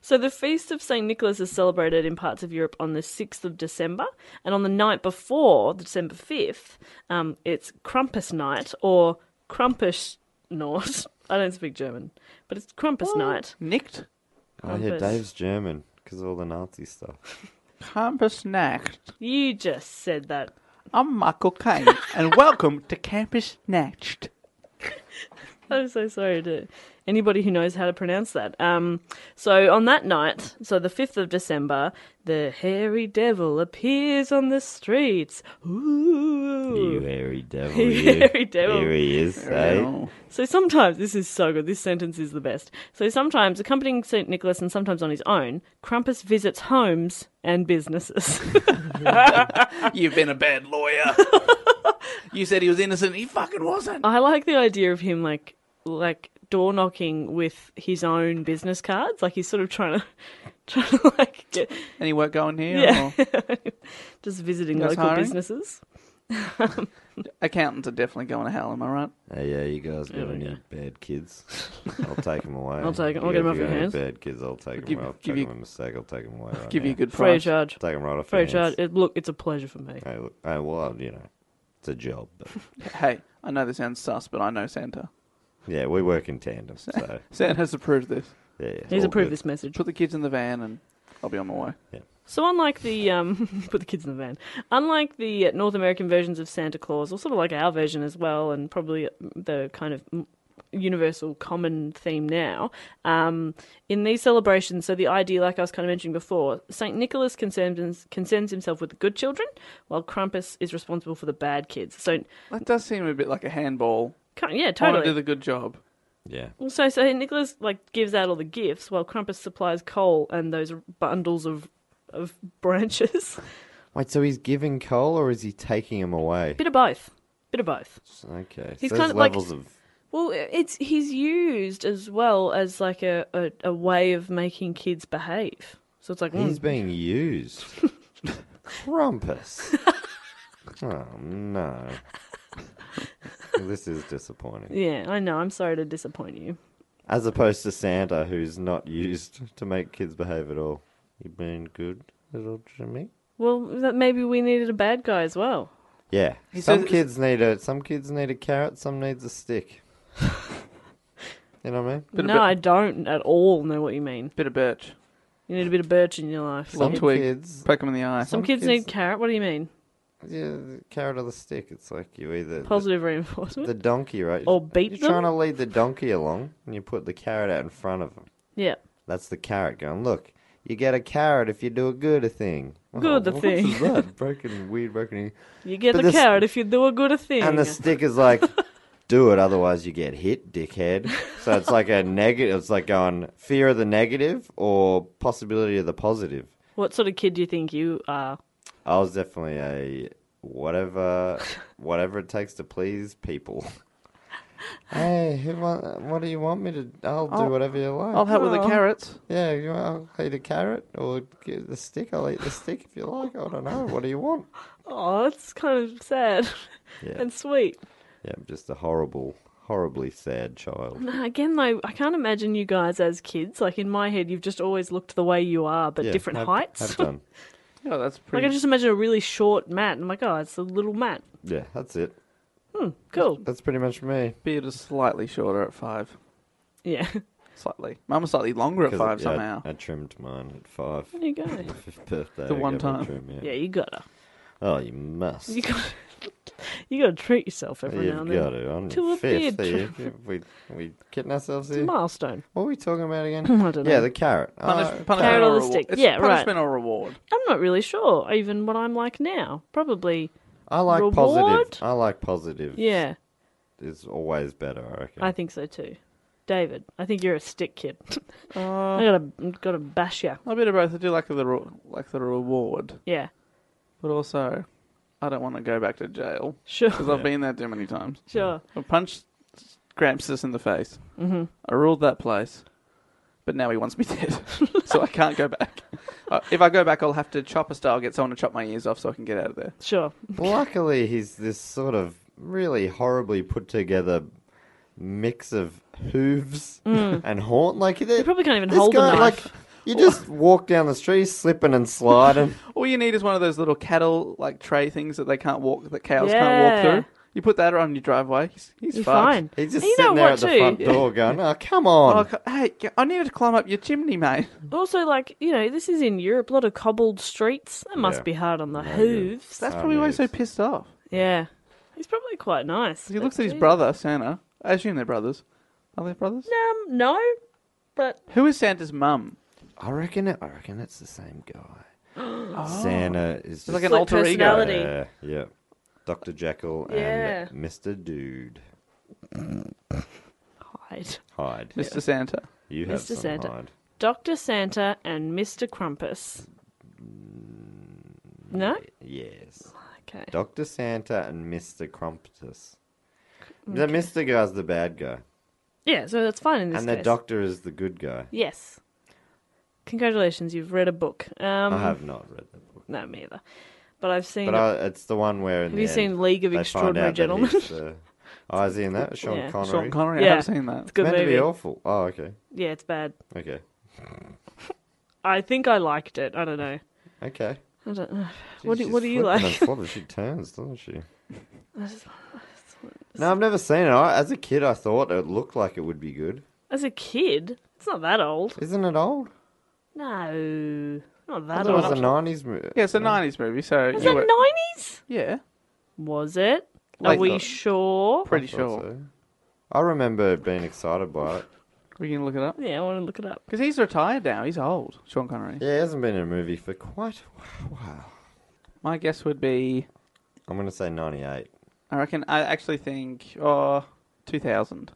E: So the feast of Saint Nicholas is celebrated in parts of Europe on the sixth of December, and on the night before December fifth, um, it's Krampus night or Krampus Norse. (laughs) I don't speak German, but it's Krampus night.
D: Nicked,
G: Oh yeah,
E: Krampus.
G: Dave's German because of all the Nazi stuff.
D: Krampus nacht.
E: You just said that.
D: I'm Michael Kane, and welcome to Campus Natched.
E: I'm so sorry to anybody who knows how to pronounce that. Um, so on that night, so the 5th of December, the hairy devil appears on the streets. Ooh.
G: hairy (laughs) devil!
E: You you. hairy devil.
G: Here
E: Here
G: he is.
D: Oh.
E: So sometimes, this is so good, this sentence is the best. So sometimes, accompanying St. Nicholas and sometimes on his own, Krampus visits homes and businesses. (laughs)
D: You've been a bad lawyer. you said he was innocent. He fucking wasn't.
E: I like the idea of him like like door knocking with his own business cards. Like he's sort of trying to (laughs) trying to like get
D: Any work going here?
E: yeah,
D: Or
E: (laughs) just visiting
D: Guys
E: local
G: eh?
D: hiring?
E: businesses.
D: accountants are definitely going to hell, am I right?
G: Hey, yeah, you guys got
E: we
G: any
E: go.
G: bad kids? (laughs) I'll take them away.
E: I'll take 'em.
G: You
E: I'll get 'em
G: got-
E: off
G: you
E: your
G: got any
E: hands.
G: Bad kids, I'll take
D: give-
G: them. I'll take
D: give you-
G: them a mistake. I'll take them away. Right
D: Give
G: now.
D: you a good
E: Free of
D: price.
E: charge.
G: Take them right off.
E: Free
G: your
E: of charge.
G: hands.
E: It, look, it's a pleasure for me.
G: Hey, look, hey, well, you know, it's a job. But (laughs)
D: Hey, I know this sounds sus, but I know Santa.
G: yeah, we work in tandem, so yeah,
D: Santa's approved this.
G: yeah it's
E: He's
G: all
E: approved
G: good.
E: this message.
D: Put the kids in the van and I'll be on my way.
E: So unlike the um, (laughs) put the kids in the van, unlike the North American versions of Santa Claus, or sort of like our version as well, and probably mm, the kind of universal common theme now um, in these celebrations. So the idea, like I was kind of mentioning before, Saint Nicholas concerns, concerns himself with the good children, while Krampus is responsible for the bad kids. So
D: That does seem a bit like a handball.
E: kind- yeah,
D: I want
E: totally.
D: to do the good job.
G: Yeah,
E: Well, So, so Nicholas like gives out all the gifts while Krampus supplies coal and those bundles of of branches.
G: Wait, so he's giving coal or is he taking him away?
E: Bit of both. Bit of both.
G: Okay,
E: He's
G: so there's
E: kind of like-
G: levels of.
E: Well, it's he's used as well as like a, a, a way of making kids behave. So it's like
G: He's
E: mm,
G: being
E: (laughs)
G: used. Krampus. oh no. this is disappointing.
E: yeah, I know. I'm sorry to disappoint you.
G: As opposed to Santa, who's not used to make kids behave at all. You been good, little Jimmy?
E: Well, that maybe we needed a bad guy as well.
G: Yeah. some
D: says-
G: kids need a some kids need a carrot, some needs a
E: (laughs)
G: stick. you know what I mean?
D: Bit of
E: no,
D: bit-
E: I don't at all know what you mean.
D: Bit of birch.
E: You need a bit of birch in your life.
D: Some
E: Some,
D: twig.
G: kids-
D: Poke him in the eye.
E: kids, need carrot. What do you mean?
G: Yeah, the carrot or the stick. It's like you either the-
E: Positive
G: the,
E: reinforcement. (laughs)
G: donkey, right?
E: Or beat
G: You're
E: them?
G: trying to lead the donkey along and you put the carrot out in front of him.
E: yeah,
G: That's the carrot going. Look, you get a carrot if you do a good a thing. Oh,
E: Good a
G: what
E: thing.
G: is
E: (laughs)
G: that? Broken, weird, broken.
E: you get
G: But
E: a
G: this-
E: carrot if you do a good thing.
G: And the stick is like, (laughs) do it, otherwise you get hit, dickhead. So it's like a negative. It's like going fear of the negative or possibility of the positive.
E: What sort of kid do you think you are?
G: I was definitely a whatever, whatever it takes to
D: (laughs)
G: please people. Hey, who want, what do you want me to? I'll do whatever you like.
D: I'll help with the carrots.
G: Yeah, you want, I'll eat a carrot or get the stick. I'll eat the stick if you like. I don't know. What do
D: (laughs)
G: you want?
E: Oh, that's kind of sad (laughs)
G: Yeah,
E: and sweet.
G: yeah, I'm just a horrible, horribly sad child.
E: (laughs) Again, though, I can't imagine you guys as kids. Like in my head, you've just always looked the way you are, but
G: Yeah,
E: different (laughs)
G: have-
E: heights.
G: Have done.
D: Oh, that's
E: like
D: pretty.
E: I just imagine a really short Matt, and my God, oh, it's a little Matt.
G: Yeah, that's it.
E: Cool.
G: That's pretty much me.
D: Beard is slightly shorter at five.
E: Yeah. (laughs)
D: Slightly. Mine was slightly longer at
G: 'Cause,
D: five
G: yeah,
D: somehow.
G: I trimmed mine at five.
E: There you
G: (laughs)
E: go.
G: My fifth birthday.
D: The
G: I
D: one
G: gave it a
D: time.
G: trim, yeah.
E: Yeah, you gotta,
G: Oh, you must.
E: you gotta, (laughs) you gotta treat yourself every now
G: You've
E: and then.
G: got it on
E: To
G: your
E: a
G: fifth.
E: beard
G: Are you, we we kidding ourselves
E: It's a
G: here?
E: milestone.
G: What are we talking about again?
E: (laughs) I don't know.
G: Yeah, the carrot.
D: Punish,
G: Oh,
D: punishment
E: carrot
D: or
E: on the
D: reward.
E: stick.
D: It's
E: Yeah, right.
D: punishment or reward.
E: I'm not really sure even what I'm like now. Probably.
G: I like
E: Reward?
G: positive. I like positive.
E: Yeah,
G: It's always better, I reckon.
E: I think so too. David, I think you're a stick kid. (laughs) I gotta, gotta bash you.
D: A bit of both. I do like the re- like the reward,
E: Yeah,
D: but also I don't want to go back to jail
E: sure,
D: because I've been there too many times.
E: sure.
D: I punched Gramsus in the face. Mm-hmm. I ruled that place, but now he wants me (laughs) dead, so I can't go (laughs) back. Uh, if I go back, I'll have to chopper style get someone to chop my ears off so I can get out of there.
E: Sure.
G: Luckily, he's this sort of really horribly put together mix of hooves and horn. Like
E: Mm. You probably can't even
G: this
E: hold
G: guy,
E: a knife.
G: like you just walk down the street, slipping and sliding.
D: All you need is one of those little cattle like tray things that they can't walk, that cows
E: Yeah.
D: can't walk through. You put that on your driveway. He's, he's
E: You're
D: fucked.
E: fine.
G: He's just
E: And you know
G: sitting there at
E: what,
G: the
E: too?
G: front door, going, "Oh, come on!"
D: Oh, c- hey, g- I needed to climb up your chimney, mate.
E: Also, like, you know, this is in Europe, a lot of cobbled streets. That must
G: Yeah.
E: be hard on the hooves.
D: That's probably why he's so
G: yes.
D: pissed off.
E: Yeah. He's probably quite nice.
D: 'Cause He
E: but
D: looks at his
E: geez.
D: brother, Santa. I assume they're brothers. Are they brothers?
E: Um, no, but
D: Who is Santa's mum?
G: I reckon it. I reckon it's the same
E: (gasps)
G: guy.
E: Oh.
G: Santa is just
D: like an
E: Split
D: alter ego.
E: personality.
G: yeah, yeah. Dr. Jekyll
E: Yeah.
G: and Mr. Dude.
E: hide.
G: Hide.
D: Mr. Santa.
G: You have
E: Mr.
G: some
E: Santa.
G: hide.
E: Dr. Santa and Mr. Krampus. No?
G: Yes.
E: Okay.
G: Dr. Santa and Mr. Crumptus. The Mr. guy's the bad guy.
E: Yeah, so that's fine Mm, in this
G: And
E: case.
G: the doctor is the good guy.
E: Yes. Congratulations, you've read a book. Um,
G: I have not read that book,
E: No, me either. But I've seen.
G: but I, it's the one where. In
E: Have
G: the
E: you
G: end,
E: seen League of
G: they find
E: Extraordinary
G: out that
E: Gentlemen?
G: he's the- Oh, is he in that? Sean
E: Yeah.
G: Connery.
D: Sean Connery. I
E: Yeah.
D: have seen that.
E: It's a good
G: Meant to
E: movie.
G: be awful. Oh, okay,
E: Yeah, it's bad.
G: okay,
E: I think I liked it. I don't know.
G: okay.
E: I don't know. What
G: Jeez,
E: do, what
G: she's
E: do you
G: flipping
E: like?
G: and flopping. She turns,
E: (laughs)
G: doesn't she? No, I've never seen it. I, as a kid, I thought it looked like it would be good.
E: As a kid, it's not that old.
G: Isn't it old?
E: No, not
G: I
E: that
G: thought it was a
E: old.
G: nineties movie.
D: Yeah, it's a '90s movie, so
E: Was
D: you
E: that
D: were-
E: nineties?
D: yeah,
E: Was it? Are
G: Like
E: we
G: the-
E: sure?
D: pretty
G: I thought
D: sure.
G: so. I remember being excited by it.
D: We can look it up
E: Yeah, I want to look it up.
D: because he's retired now. He's old, Sean Connery.
G: Yeah, he hasn't been in a movie for quite a while.
D: My guess would be,
G: I'm gonna say ninety-eight.
D: I reckon. I actually think, oh, 2000.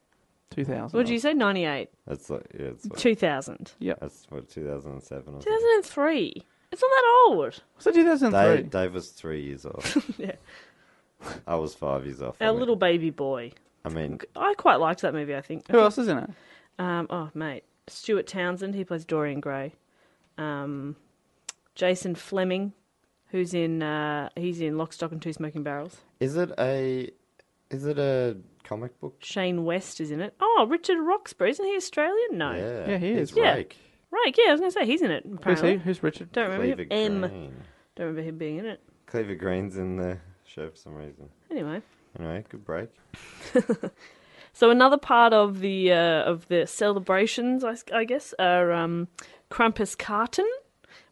D: 2000.
E: What did you say? Ninety-eight,
G: That's like yeah, it's like,
E: two thousand,
G: that's what 2007. Or
E: two
G: something.
E: thousand and three. It's not that old.
D: Was it 2003?
G: Dave, Dave was three years off.
E: (laughs) Yeah.
G: I was five years off. I
E: Our
G: mean-
E: little baby boy.
G: I mean,
E: I quite liked that movie. I think.
D: Who else is in it?
E: Um, oh, mate. Stuart Townsend, he plays Dorian Gray. Um, Jason Fleming, who's in uh, he's in Lock, Stock and Two Smoking Barrels.
G: is it a is it a comic book?
E: Shane West is in it. Oh, Richard Roxburgh, isn't he Australian? No.
G: Yeah,
D: Yeah, he
G: he's
D: is.
E: Yeah.
G: Rake.
E: Right, yeah, I was going to say he's in it,
D: Who's he?
E: apparently.
D: Who's Richard?
E: Don't remember
G: Cleaver
E: him. M.
G: Green.
E: Don't remember him being in it.
G: Cleaver Green's in the show for some reason.
E: Anyway.
G: Anyway, good break.
E: So another part of the uh, of the celebrations, I, s- I guess, are um, Krampuskarten,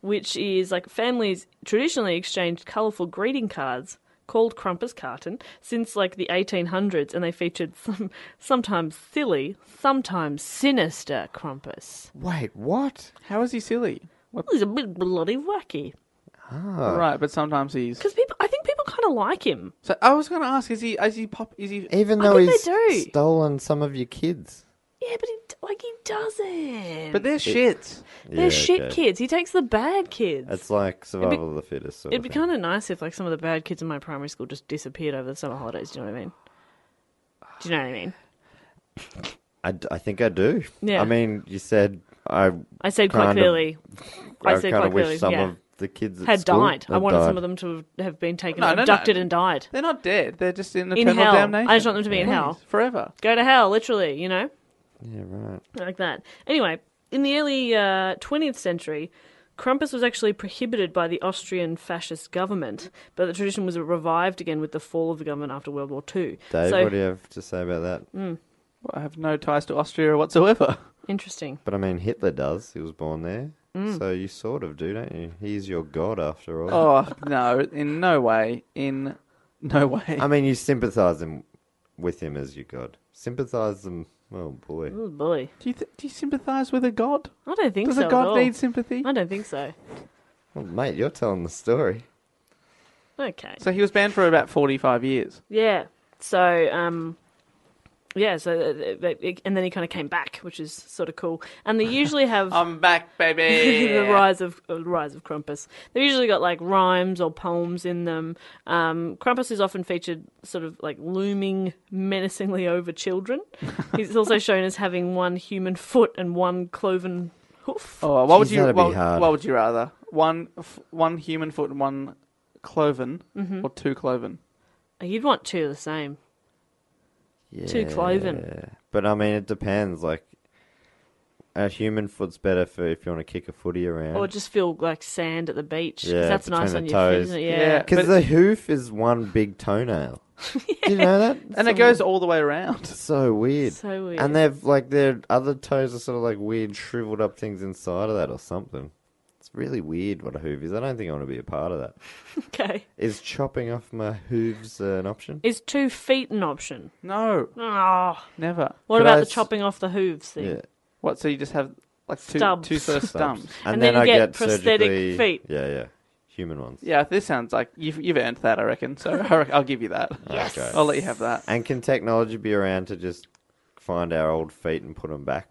E: which is like families traditionally exchanged colourful greeting cards called Krampuskarten since like the 1800s, and they featured some, sometimes silly, sometimes sinister Krampus.
G: Wait, what?
D: How is he silly? What?
E: He's a bit bloody wacky
D: Right, but sometimes he's.
E: because people, I think people kind of like him.
D: So I was going to ask: Is he? Is he pop? Is he?
G: Even
E: I
G: though
E: think
G: he's
E: they do.
G: stolen some of your kids.
E: Yeah, but he d- like he doesn't.
D: But they're shit.
E: they're
G: Yeah,
E: shit
G: okay. Uh,
E: kids. He takes the bad kids.
G: It's like survival of the fittest. Sort
E: It'd be
G: of thing.
E: kind of nice if like some of the bad kids in my primary school just disappeared over the summer holidays. Do you know what I mean? Do you know what I mean?
G: I, d- I think I do.
E: Yeah.
G: I mean, you said I.
E: I said quite
G: Kind of-
E: clearly.
G: I,
E: I said
G: kind
E: quite
G: of wish
E: clearly.
G: some
E: yeah.
G: of the kids at
E: had
G: school
E: died. I
G: had
E: wanted
G: died.
E: some of them to have- have been taken,
D: No, no, no.
E: abducted, and died.
D: They're not dead. They're just in
E: In
D: eternal
E: hell.
D: damnation.
E: I just want them to be in hell.
D: Please, forever.
E: Go to hell, literally. You know.
G: Yeah, right.
E: like that. Anyway, in the early uh, 20th century, Krampus was actually prohibited by the Austrian fascist government, but the tradition was revived again with the fall of the government after World War II.
G: Dave,
E: so, Mm.
G: what do you have to say about that?
D: Well, I have no ties to Austria whatsoever.
E: interesting.
G: But I mean, Hitler does. He was born there.
E: Mm.
G: So you sort of do, don't you? He's your god after all.
D: Oh no! In no way. In no way.
G: I mean, you sympathise him with him as your god. Sympathise them. Oh boy.
E: Oh, boy.
D: do you th- do you sympathise with a god?
E: I don't think
D: Does
E: so.
D: a
E: at
D: god
E: all.
D: need sympathy?
E: I don't think so.
G: Well, mate, you're telling the story.
E: Okay.
D: So he was banned for about forty-five years.
E: Yeah. So, um, yeah, so uh, uh, uh, and then he kind of came back, which is sort of cool. And they usually have (laughs)
D: I'm back, baby.
E: the rise of uh, rise of Krampus. They've usually got like rhymes or poems in them. Um, Krampus is often featured sort of like looming menacingly
D: (laughs)
E: over children. He's also shown as having one human foot and one cloven hoof.
D: Oh, what would
G: Jeez,
D: you?
G: that'd be
D: What,
G: hard.
D: what would you rather? One f- one human foot and one cloven,
E: Mm-hmm.
D: or two cloven?
E: You'd want two of the same.
G: Yeah.
E: Two cloven.
G: But I mean, it depends. Like, a human foot's better for if you want to kick a footy around.
E: Or just feel like sand at the beach. 'cause
G: Yeah,
E: that's
G: between
E: nice
G: the
E: on your feet,
G: toes.
E: isn't it?
D: Yeah.
G: Because
D: but-
G: the hoof is one big
E: (laughs)
G: toenail. Do you know that?
D: And it goes all the way around. (laughs)
G: so weird.
E: So weird.
G: And they've like their other toes are sort of like weird shriveled up things inside of that or something. It's really weird what a hoof is. I don't think I want to be a part of that.
E: Okay.
G: Is chopping off my hooves uh, an option?
E: Is two feet an option?
D: No,
E: Oh,
D: never.
E: what
G: Could
E: about
G: I
E: the
G: s-
E: chopping off the hooves thing?
G: Yeah.
D: What? So you just have like two
E: Stubs.
D: two sort of
G: Stumps.
D: stumps.
G: And,
E: And
G: then,
E: then
G: I
E: you
G: get,
E: get prosthetic
G: surgically-
E: feet.
G: Yeah, yeah. Human ones.
D: Yeah, this sounds like you've you've earned that. I reckon. So I reckon- I'll give you that.
G: (laughs) Yes. Okay.
D: I'll let you have that.
G: And can technology be around to just find our old feet and put them back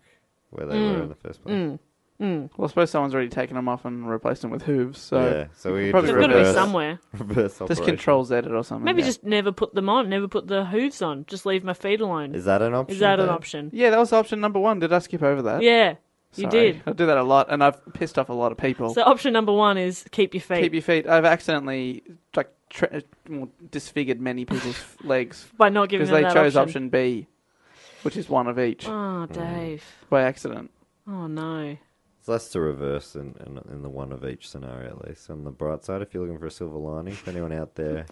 G: where they were in the first place?
D: Well, I suppose someone's already taken them off and replaced them with hooves, so
G: yeah, so we
D: Probably
G: just
E: There's got to be
G: reverse,
E: somewhere.
G: (laughs) reverse
D: just
G: operation.
D: control Z it or something.
E: Maybe
D: Oh, yeah.
E: just never put them on. Never put the hooves on. Just leave my feet alone.
G: Is that an option?
E: Is that an
G: then?
E: option?
D: yeah, that was option number one. Did I skip over that?
E: Yeah, you
D: Sorry.
E: did.
D: I do that a lot, and I've pissed off a lot of people.
E: So option number one is keep your feet
D: Keep your feet. I've accidentally like tra- well, disfigured many people's
E: (laughs)
D: legs
E: by not giving
D: because
E: them
D: they
E: that
D: chose
E: option.
D: option B, which is one of each
E: Oh, Dave.
D: by accident.
E: Oh no.
G: It's less to reverse in, in, in the one of each scenario, at least. On the bright side, if you're looking for a silver lining, if anyone out there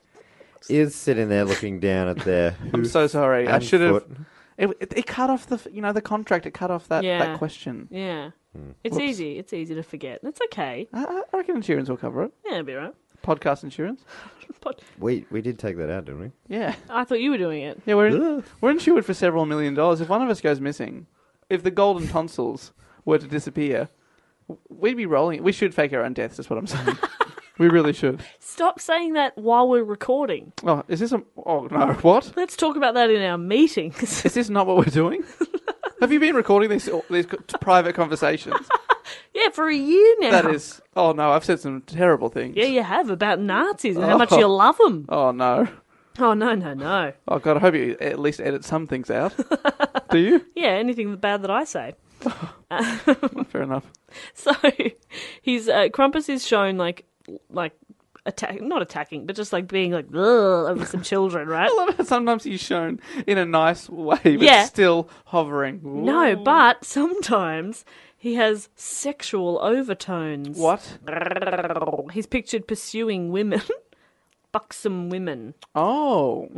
G: is sitting there looking down at their.
D: I'm so sorry. I
G: and
D: should have.
G: foot.
D: It, it, it cut off the f- you know the contract. It cut off that,
E: Yeah.
D: that question.
E: Yeah. It's easy. It's easy to forget. It's okay.
D: I, I- I reckon insurance will cover it.
E: Yeah, it'll be all right.
D: Podcast insurance.
E: But
G: We, we did take that out, didn't we?
D: (laughs)
G: (laughs)
D: Yeah,
E: I thought you were doing it.
D: yeah. We're in, we're insured for several million dollars. If one of us goes missing, if the golden tonsils were to disappear, w- we'd be rolling. We should fake our own deaths. Is what I'm
E: (laughs)
D: saying. we really should.
E: Stop saying that while we're recording.
D: Oh, is this a? Oh
E: (laughs)
D: no, what?
E: Let's talk about that in our meetings. (laughs)
D: Is this not what we're doing? Have you been recording these these co- private
E: (laughs)
D: conversations?
E: yeah, for a year now.
D: That is. Oh no, I've said some terrible things.
E: Yeah, you have about Nazis and how much
D: Oh.
E: you love them.
D: Oh no.
E: Oh no, no, no.
D: Oh god, I hope you at least edit some things
E: (laughs)
D: out. Do you? Oh,
E: Yeah, anything bad that I say. (laughs)
D: Fair enough.
E: So he's uh, Krampus is shown like like attack not attacking, but just like being like "Ugh," over some children, right?
D: I love how sometimes he's shown in a nice way, but
E: Yeah.
D: still hovering.
E: No, but sometimes he has sexual overtones.
D: What?
E: He's pictured pursuing women, (laughs) buxom women.
D: Oh,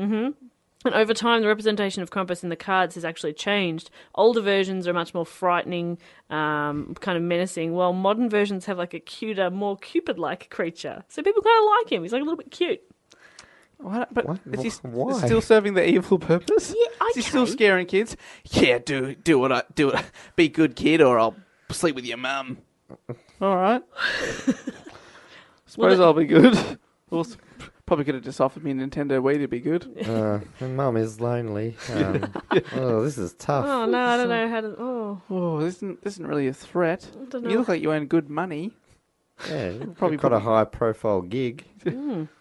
E: And over time, the representation of Krampus in the cards has actually changed. Older versions are much more frightening, um, kind of menacing, while modern versions have like a cuter, more Cupid like creature. So people kind of like him. He's like a little bit cute.
D: What? but
G: What?
D: is he s-
G: Why?
D: still serving the evil purpose?
E: Yeah,
D: Is he still
E: okay.
D: scaring kids? Yeah, do do what I do. It. Be good kid, or I'll sleep with your mum. All right. Suppose
E: the-
D: I'll be good. Well, s- probably could have just offered me a Nintendo Wii to be good.
G: Uh, my mum is lonely. Um, Oh, this is tough.
E: Oh, no, I don't know how to. Oh,
D: Oh, this isn't this isn't really a threat.
E: dunno.
D: You look like you earn good money.
G: Yeah,
D: Probably
G: probably got a high profile gig.
E: I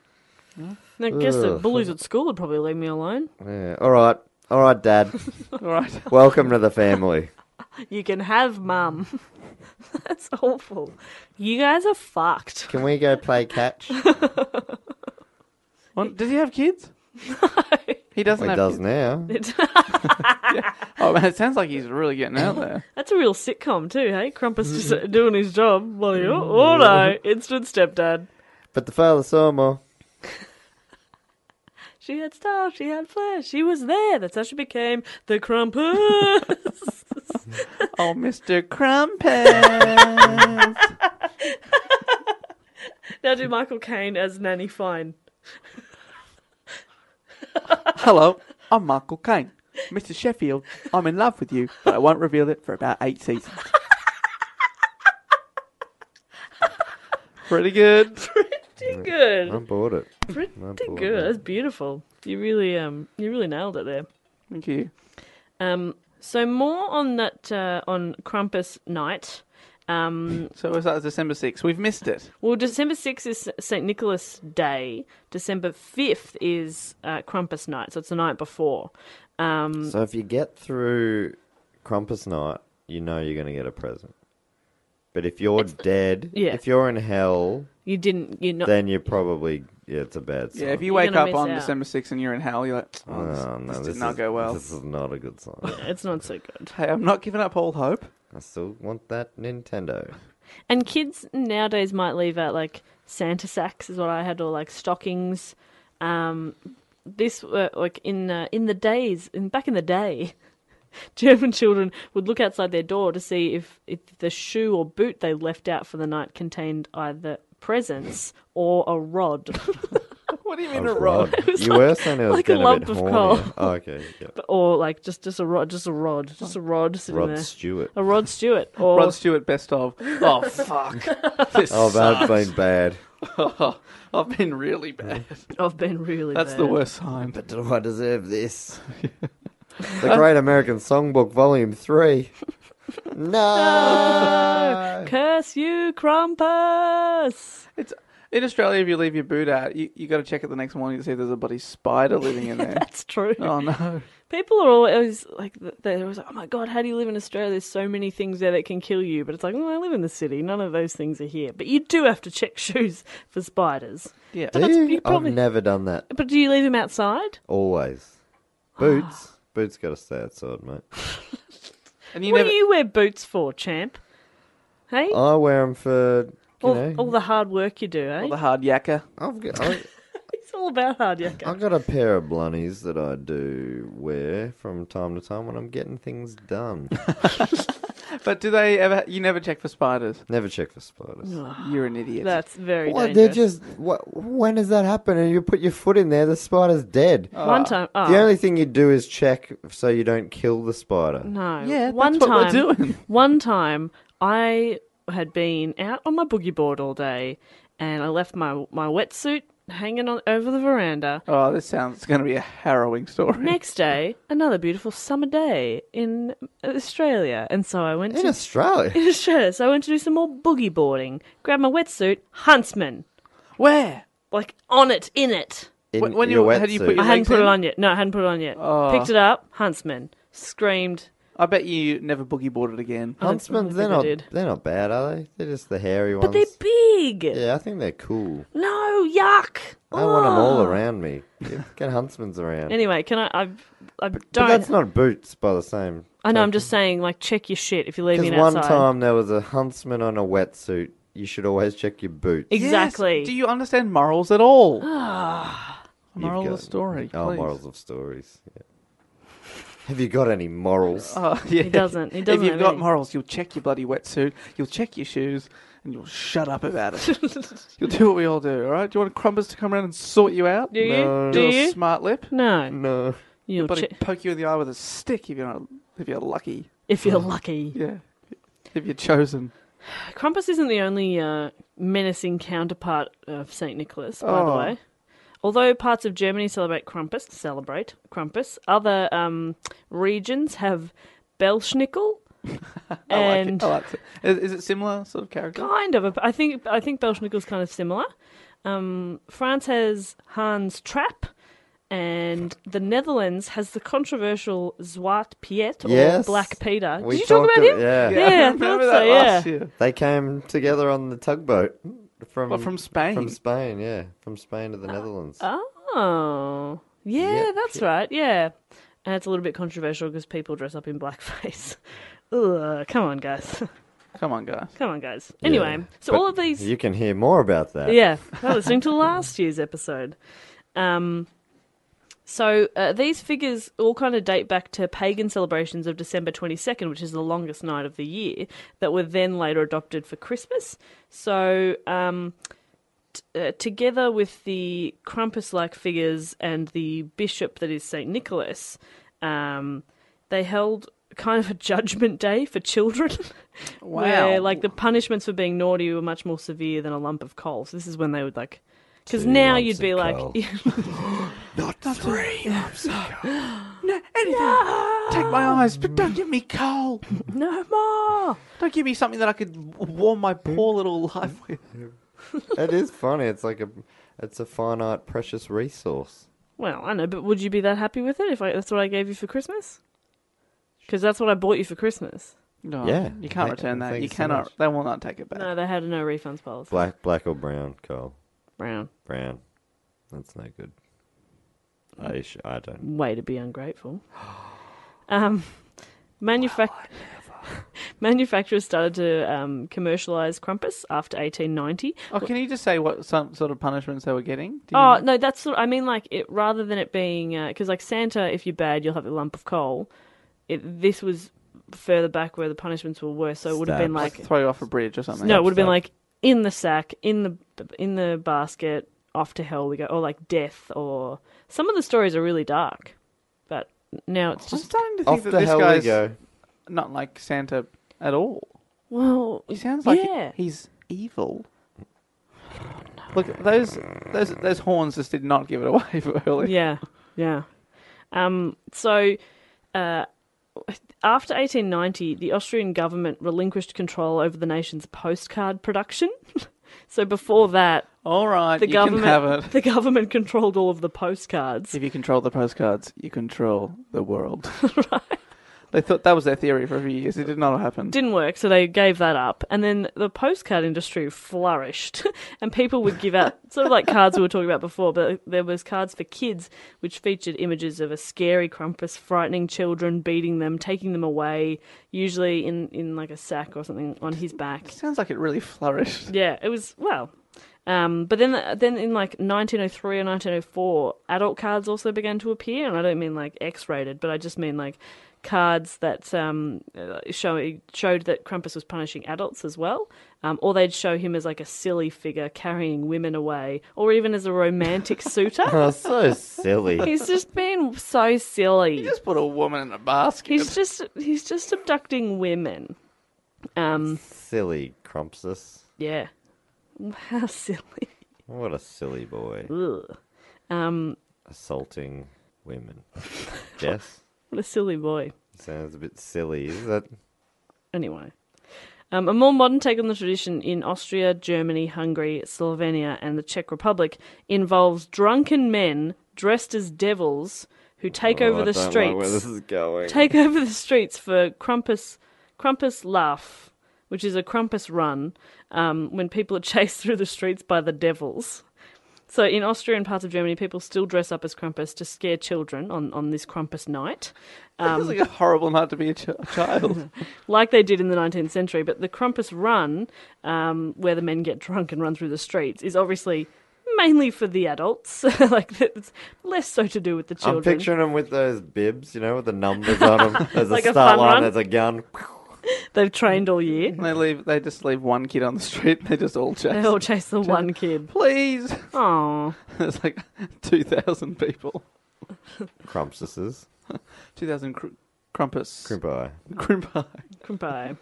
E: guess the
G: Ugh.
E: bullies at school would probably leave me alone.
G: Yeah. All right. All right, Dad.
D: All right.
G: Welcome to the family.
E: You can have mum. (laughs) That's awful. You guys are fucked.
G: Can we go play
E: (laughs)
G: catch?
D: Well, does he have kids? He doesn't
G: He
D: have
G: does
D: kids.
E: (laughs)
G: now.
D: Oh, man, it sounds like he's really getting out there.
E: That's a real sitcom too, hey? Krampus just doing his job. Bloody oh, oh no, instant stepdad.
G: But the father saw more.
E: She had style, she had flair, she was there. That's how she became the Krampus.
D: Oh, Mr. Crumpet.
E: (laughs) now do Michael Caine as Nanny Fine.
D: Hello, I'm Michael Caine. Mr. Sheffield, I'm in love with you, but I won't reveal it for about eight seasons. Pretty good.
E: Pretty good.
G: I bought it.
E: Mm-hmm. Pretty good. That's beautiful. You really um you really nailed it there.
D: Thank you.
E: Um so more on that uh, on Krampus night. Um
D: So it was that December 6th. We've missed it.
E: Well, December 6th is St. Nicholas Day. December 5th is uh, Krampus Night, so it's the night before. Um,
G: So if you get through Krampus night, you know you're going to get a present. But if you're dead,
E: yeah.
G: if you're in hell,
E: you didn't, you're not.
G: then you're probably yeah, it's a bad sign.
D: Yeah, if you
E: You're
D: wake
E: gonna
D: up
E: miss
D: on
E: out.
D: December 6th and you're in hell, you're like, oh, this,
G: Oh, no,
D: this
G: this,
D: did not
G: is,
D: go well.
G: This is not a good sign.
E: (laughs) it's not so good.
D: Hey, I'm not giving up all hope.
G: I still want that Nintendo.
E: And kids nowadays might leave out like Santa sacks, is what I had, or like stockings. Um, this uh, like in uh, in the days, in back in the day, (laughs) German children would look outside their door to see if, if the shoe or boot they left out for the night contained either presents or a rod.
D: What do you mean
G: Oh,
D: a
E: (laughs)
D: rod?
G: God. You were saying it was
E: like a
G: getting a,
E: lump
G: bit
E: of
G: horny.
E: coal.
G: Oh, okay,
E: (laughs)
G: yeah.
E: or like just just a rod, just a rod, just a rod sitting
G: Rod
E: there.
G: Stewart.
E: a Rod Stewart
D: (laughs)
E: or
D: Rod Stewart, best of. (laughs) Oh,
G: (laughs)
D: fuck. This
G: Oh, that's
D: sucks. (laughs)
G: been bad.
D: I've been really bad.
E: I've been really
D: That's
E: bad.
D: the worst sign.
G: But do
E: (laughs) (laughs)
G: I deserve this? the Great American Songbook, Volume Three. No.
E: Curse you, Krampus!
D: It's in Australia. If you leave your boot out, you you got to check it the next morning to see if there's a bloody spider living in
E: (laughs)
D: there.
E: That's true.
D: oh no!
E: People are always like, they're always like, oh my god, how do you live in Australia? There's so many things there that can kill you. But it's like, well, I live in the city. None of those things are here. But you do have to check (laughs) shoes for spiders.
D: Yeah.
E: But that's, you probably,
G: I've never done that.
E: But do you leave them outside?
G: Always.
E: (gasps)
G: Boots. Boots got to stay outside, mate.
D: And you
E: what
D: never.
E: do you wear boots for, champ? Hey?
G: I wear them for. Oh, You
E: all,
G: know,
E: all the hard work you do, eh?
D: All the hard yakka.
G: I've got, I,
E: (laughs) It's all about hard work.
G: I've got a pair of blunnies that I do wear from time to time when I'm getting things
E: (laughs)
G: done.
D: But do they ever? You never check for spiders.
G: Never check for spiders.
D: You're an idiot.
E: That's very
G: What? They're
E: dangerous.
G: just. What, when does that happen? And you put your foot in there, the spider's dead.
E: One time. Oh,
G: The only thing you do is check so you don't kill the spider.
E: no.
D: Yeah,
E: one
D: that's
E: time,
D: what we're doing.
E: (laughs) One time, I had been out on my boogie board all day, and I left my my wetsuit hanging on over the veranda.
D: Oh, this sounds going to be a harrowing story.
E: Next day, another beautiful summer day in Australia, and so I went
G: In
E: to
G: Australia.
E: in (laughs) Australia. So I went to do some more boogie boarding. Grabbed my wetsuit, huntsman,
D: (laughs) Where?
E: like on it, in it.
G: In
D: When- when
G: your
D: you- how do you put
G: wetsuit.
E: I
D: your-
E: hadn't
D: legs
E: put
D: in?
E: it on yet. No, I hadn't put it on yet.
D: Oh.
E: Picked it up, huntsman. Screamed.
D: I bet you never boogie boarded again.
E: I
G: Huntsman's, they're
E: think I
G: not,
E: did.
G: they're not bad, are they? They're just the hairy
E: But
G: ones.
E: they're big.
G: Yeah, I think they're cool.
E: No, yuck.
G: I want them all
E: Oh.
G: around me. Get, get huntsman's around.
E: Anyway, can I? I, I
G: but
E: don't.
G: that's not boots by the same.
E: I know. I'm just saying, like, check your shit if you're leaving
G: Because
E: it
G: one
E: outside.
G: time there was a huntsman on a wetsuit. You should always check your boots.
D: Yes,
E: exactly.
D: Do you understand morals at
E: (sighs)
D: all?
G: You've
D: moral of the
G: got-
D: story.
G: Oh,
D: please.
G: morals of stories. Yeah. Have you got any morals?
D: Oh, (laughs) yeah.
E: He doesn't. He
D: If
E: doesn't
D: you've
E: have
D: got
E: any.
D: morals, you'll check your bloody wetsuit, you'll check your shoes, and you'll shut up about it.
E: (laughs)
D: you'll do what we all do, all right? Do you want Crumbus to come around and sort you out?
E: Do you?
G: No.
E: Do
D: Do a
E: you?
D: smart lip?
E: No.
G: No.
E: You'll
D: Bloody
E: che-
D: poke you in the eye with a stick if you're not, if you're lucky.
E: if you're lucky.
D: Yeah. If you're chosen.
E: Krampus isn't the only uh, menacing counterpart of Saint Nicholas, by the
D: Oh.
E: way. Although parts of Germany celebrate Krampus, celebrate Krampus, other um, regions have
G: (laughs)
E: Belschnickel
G: Oh,
E: and
D: I like it. Is, is it similar sort of character?
E: kind of. A, I think I think Belschnickel's kind of similar. Um, France has Hans Trap, and the Netherlands has the controversial Zwart Piet or
G: Yes.
E: Black Peter.
G: We
E: Did you talk
G: talked
E: about him? (laughs)
G: Yeah. (laughs)
E: Yeah.
D: (laughs)
E: I
D: remember
E: thought
D: that
E: so,
D: last
E: yeah.
D: year.
G: They came together on the tugboat from
D: Well, from Spain.
G: From Spain, yeah, from Spain to the Netherlands.
E: Oh, yeah,
G: Yep,
E: that's right. Yeah, and it's a little bit controversial because people dress up in blackface. (laughs) Ugh, come on, guys. (laughs)
D: Come on, guys.
E: come on, guys. Anyway, so
G: But
E: all of these.
G: You can hear more about that.
E: Yeah, I was listening to last year's episode. Um, so uh, these figures all kind of date back to pagan celebrations of December 22nd, which is the longest night of the year, that were then later adopted for Christmas. So um, t- uh, together with the Krampus-like figures and the bishop that is St. Nicholas, um, they held kind of a judgment day for children. (laughs)
D: Wow.
E: Where like the punishments for being naughty were much more severe than a lump of coal. So this is when they would like, because
G: Two
E: now
G: lumps
E: you'd be
G: of
E: like,
G: coal.
D: Not three. no, anything. Take my
E: Ah.
D: eyes, but don't give me coal.
E: (laughs) no more.
D: Don't give me something that I could w- warm my poor little life with.
G: (laughs) it is funny. It's like a, it's a finite, precious resource.
E: Well, I know, but would you be that happy with it if I, that's what I gave you for Christmas? Because that's what I bought you for Christmas.
D: No,
G: Yeah,
D: you can't
G: thank-
D: return that.
G: thank
D: You
G: you so
D: cannot.
G: much.
D: they will not take it back.
E: No, they had a no refunds policy.
G: Black, black or brown, Cole?
E: Brown,
G: Brown. That's no good. I, sh- I don't.
E: way to be ungrateful. (gasps) Um, manufac- (laughs) manufacturers started to um, commercialize Krampus after 1890.
D: Oh, can you just say what some sort of punishments they were getting? Do you
E: Oh
D: know?
E: no, that's sort of- I mean, like it rather than it being because like Santa, if you're bad, you'll have a lump of coal. It, this was further back where the punishments were worse, so it would have been
G: Stabs.
E: like
D: throw you off a bridge or something.
E: no, it would have been
G: Stab.
E: like in the sack, in the in the basket, off to hell we go, or like death, or some of the stories are really dark, but now it's
D: I'm
E: just
D: starting to think
G: Off
D: that
G: the
D: this
G: hell we
D: guy's
G: go.
D: (laughs) not like Santa at all.
E: well,
D: He sounds like
E: yeah.
D: he's evil. Look, those those those horns just did (laughs) not give it away for early.
E: Yeah, yeah. Um, so uh, after 1890, the Austrian government relinquished control over the nation's postcard production. (laughs) so before that,
D: All right,
E: the
D: Uh, you
E: government
D: can have it.
E: (laughs) the government controlled all of the postcards.
D: If you control the postcards, you control the world. They thought that was their theory for a few years. It did not happen.
E: didn't work, so they gave that up. And then the postcard industry flourished, (laughs) and people would give out sort of like cards we were talking about before. But there was cards for kids, which featured images of a scary Krampus frightening children, beating them, taking them away, usually in in like a sack or something on his back.
D: Sounds like it really flourished.
E: Yeah, it was well. Um, but then, then in like 1903 or 1904, adult cards also began to appear, and I don't mean like X-rated, but I just mean like cards that um, uh, show, showed that Krampus was punishing adults as well, um, or they'd show him as like a silly figure carrying women away, or even as a romantic suitor.
G: Oh, so silly.
E: He's just being so silly.
D: Just put a woman in a basket.
E: He's just he's just abducting women. Um,
G: silly Crumpsus.
E: yeah, how (laughs) silly.
G: What a silly boy.
E: Ugh. Um,
G: Assaulting women. (laughs) Jess?
E: what a silly boy.
G: Sounds a bit silly. Is that
E: Anyway. Um, a more modern take on the tradition in Austria, Germany, Hungary, Slovenia, and the Czech Republic involves drunken men dressed as devils who take
G: Oh,
E: over
G: I
E: the
G: don't like
E: streets.
G: where this is going.
E: Take over the streets for Krampus, Krampus Laugh, which is a Krampus run um, when people are (laughs) chased through the streets by the devils. So in Austria and parts of Germany, people still dress up as Krampus to scare children on, on this Krampus night.
D: Sounds like a horrible night to be a, ch- a child.
E: like they did in the 19th century. But the Krampus run, um, where the men get drunk and run through the streets, is obviously mainly for the adults. (laughs) like it's less so to do with the
G: I'm
E: children.
G: picturing him with those bibs, you know, with the numbers
E: (laughs)
G: on them. There's
E: Like a
G: a start
E: fun
G: line,
E: run.
G: there's a gun.
E: They've trained all
G: (laughs)
E: year.
D: they leave. They just leave one kid on the street. (laughs) They just all chase.
E: They all chase the one kid.
D: Please. (laughs)
E: Oh,
D: There's like (laughs) two thousand people.
G: Crumpsuses.
D: Two thousand cr- Crumpus. (laughs)
G: Crimp eye.
D: Crimpi.
E: goodbye.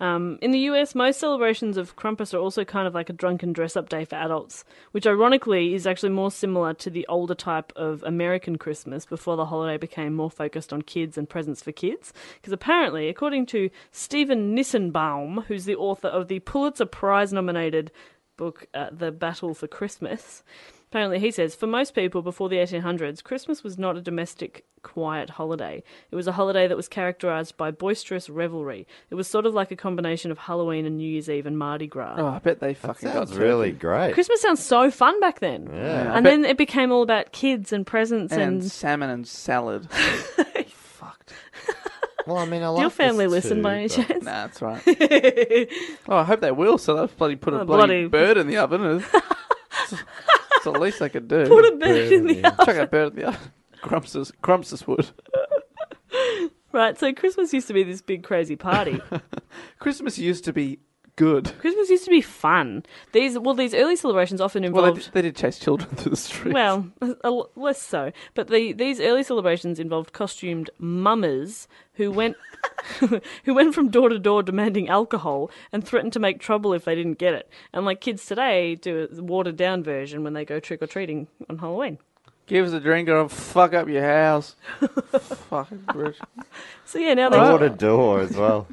E: Um, in the US, most celebrations of Krampus are also kind of like a drunken dress up day for adults, which ironically is actually more similar to the older type of American Christmas before the holiday became more focused on kids and presents for kids. Because apparently, according to Stephen Nissenbaum, who's the author of the Pulitzer Prize nominated book, uh, The Battle for Christmas, apparently he says for most people before the 1800s, Christmas was not a domestic, quiet holiday. It was a holiday that was characterized by boisterous revelry. It was sort of like a combination of Halloween and New Year's Eve and Mardi Gras.
D: Oh, I bet they fucking
G: Sounds
D: got
G: really
D: turkey.
G: great.
E: Christmas sounds so fun back then.
G: Yeah.
E: And
D: But-
E: then it became all about kids and presents and,
D: and salmon and salad.
E: (laughs)
D: Fucked.
G: Well, I mean, I
E: Do
G: like
E: your family
G: this
E: listen
G: too,
E: by any
G: but-
E: chance? (laughs)
D: Nah, that's right. oh, I hope they will. So they'll bloody put a
E: Oh,
D: bloody,
E: bloody-
D: bird in the oven. It's, it's the least they could do.
E: Put a bird in the
D: Chuck a bird in the oven. Crumpsus, Crumpsus wood.
E: Right, so Christmas used to be this big crazy party.
D: Christmas used to be good.
E: Christmas used to be fun. These well, these early celebrations often
D: Well, (laughs) they,
E: involved
D: did- they did chase children through the streets.
E: Well, a l- less so. But the, these early celebrations involved costumed mummers who went (laughs) who went from door to door demanding alcohol and threatened to make trouble if they didn't get it. And like kids today do a watered down version when they go trick or treating on Halloween.
D: give us a drink or I'll fuck up your
E: (laughs)
D: house. Fucking British.
E: So yeah, now they
G: Oh, What a door as
E: (laughs)
G: well.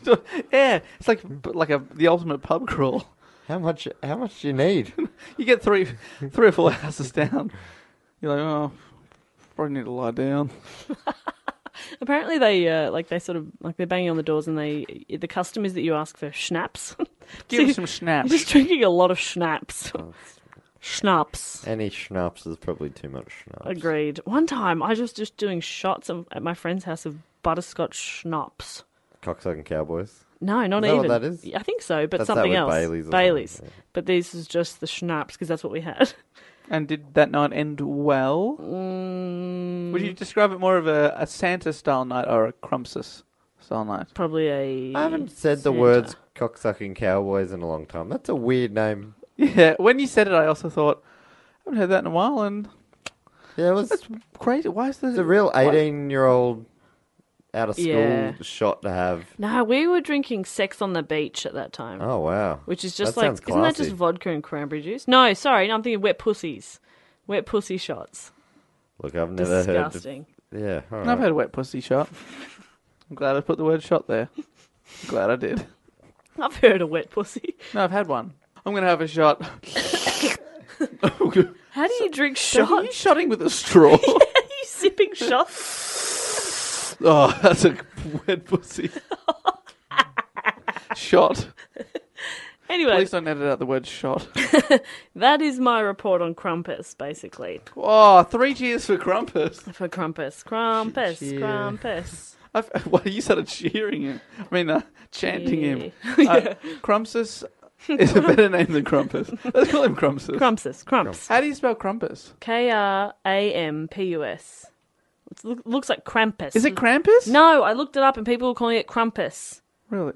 D: Yeah, it's like like a the ultimate pub crawl.
G: How much? How much do you need?
D: You get three, three or four houses down. You're like, oh, probably need to lie down.
E: apparently they uh, like they sort of like they're banging on the doors and they the customers that you ask for schnapps. (laughs)
D: Give
E: So
D: us some schnapps.
E: You're just drinking a lot of schnapps.
G: Oh,
E: (laughs) Schnapps.
G: Any schnapps is probably too much schnapps.
E: Agreed. One time, I was just doing shots of, at my friend's house of butterscotch schnapps.
G: Cocksucking cowboys.
E: No, not
G: that what
E: even.
G: that is?
E: I think so, but
G: That's that
E: something
G: with
E: else.
G: Baileys or something,
E: Baileys.
G: yeah.
E: But this is just the schnapps because that's what we had. (laughs)
D: And did that night end well?
G: Mm.
E: Mm.
D: Would you describe it more of a, a Santa style night or a Crumpsus style night?
E: Probably a.
G: I haven't said the
E: Santa.
G: words cocksucking cowboys in a long time. That's a weird name.
D: Yeah, (laughs) when you said it, I also thought, I haven't heard that in a while, and
G: Yeah, it was
D: that's crazy. Why is this?
G: it's a real eighteen-year-old out of school
E: Yeah.
G: shot to have.
E: No, we were drinking sex on the beach at that time,
G: Oh wow.
E: which is just
G: That
E: like
G: sounds
E: isn't that just
G: classy.
E: vodka and cranberry juice? No, sorry, no, I'm thinking wet pussies, wet pussy shots.
G: Look, I've never
E: Disgusting.
G: heard. Yeah. all
D: I've
G: right.
D: had a wet pussy shot. I'm glad I put the word shot there. I'm glad I did.
E: I've heard of wet pussy.
D: No, I've had one. I'm gonna have a shot. (laughs)
E: How do you drink
D: Shot? Are
E: shot?
D: you shotting with a straw?
E: Are you (laughs) sipping shots?
D: oh, (laughs) that's a wet
E: (laughs)
D: pussy. shot.
E: Anyway,
D: Please don't edit out the word shot.
E: that is my report on Crumpus, basically.
D: Oh, three cheers for Crumpus. (laughs)
E: For Crumpus. Crumpus,
D: Cheer.
E: Crumpus.
D: I've, (laughs) well, you started cheering him. I mean, uh, chanting him.
E: (laughs)
D: Uh, Crumpsus is a better name than Crumpus. Let's call him Crumpsus.
E: Crumpsus, Crumps.
D: How do you spell Crumpus?
E: K R A M P U S. It loo- looks like Krampus.
D: Is it Krampus?
E: Mm. No, I looked it up and people were calling it Crumpus.
D: Really?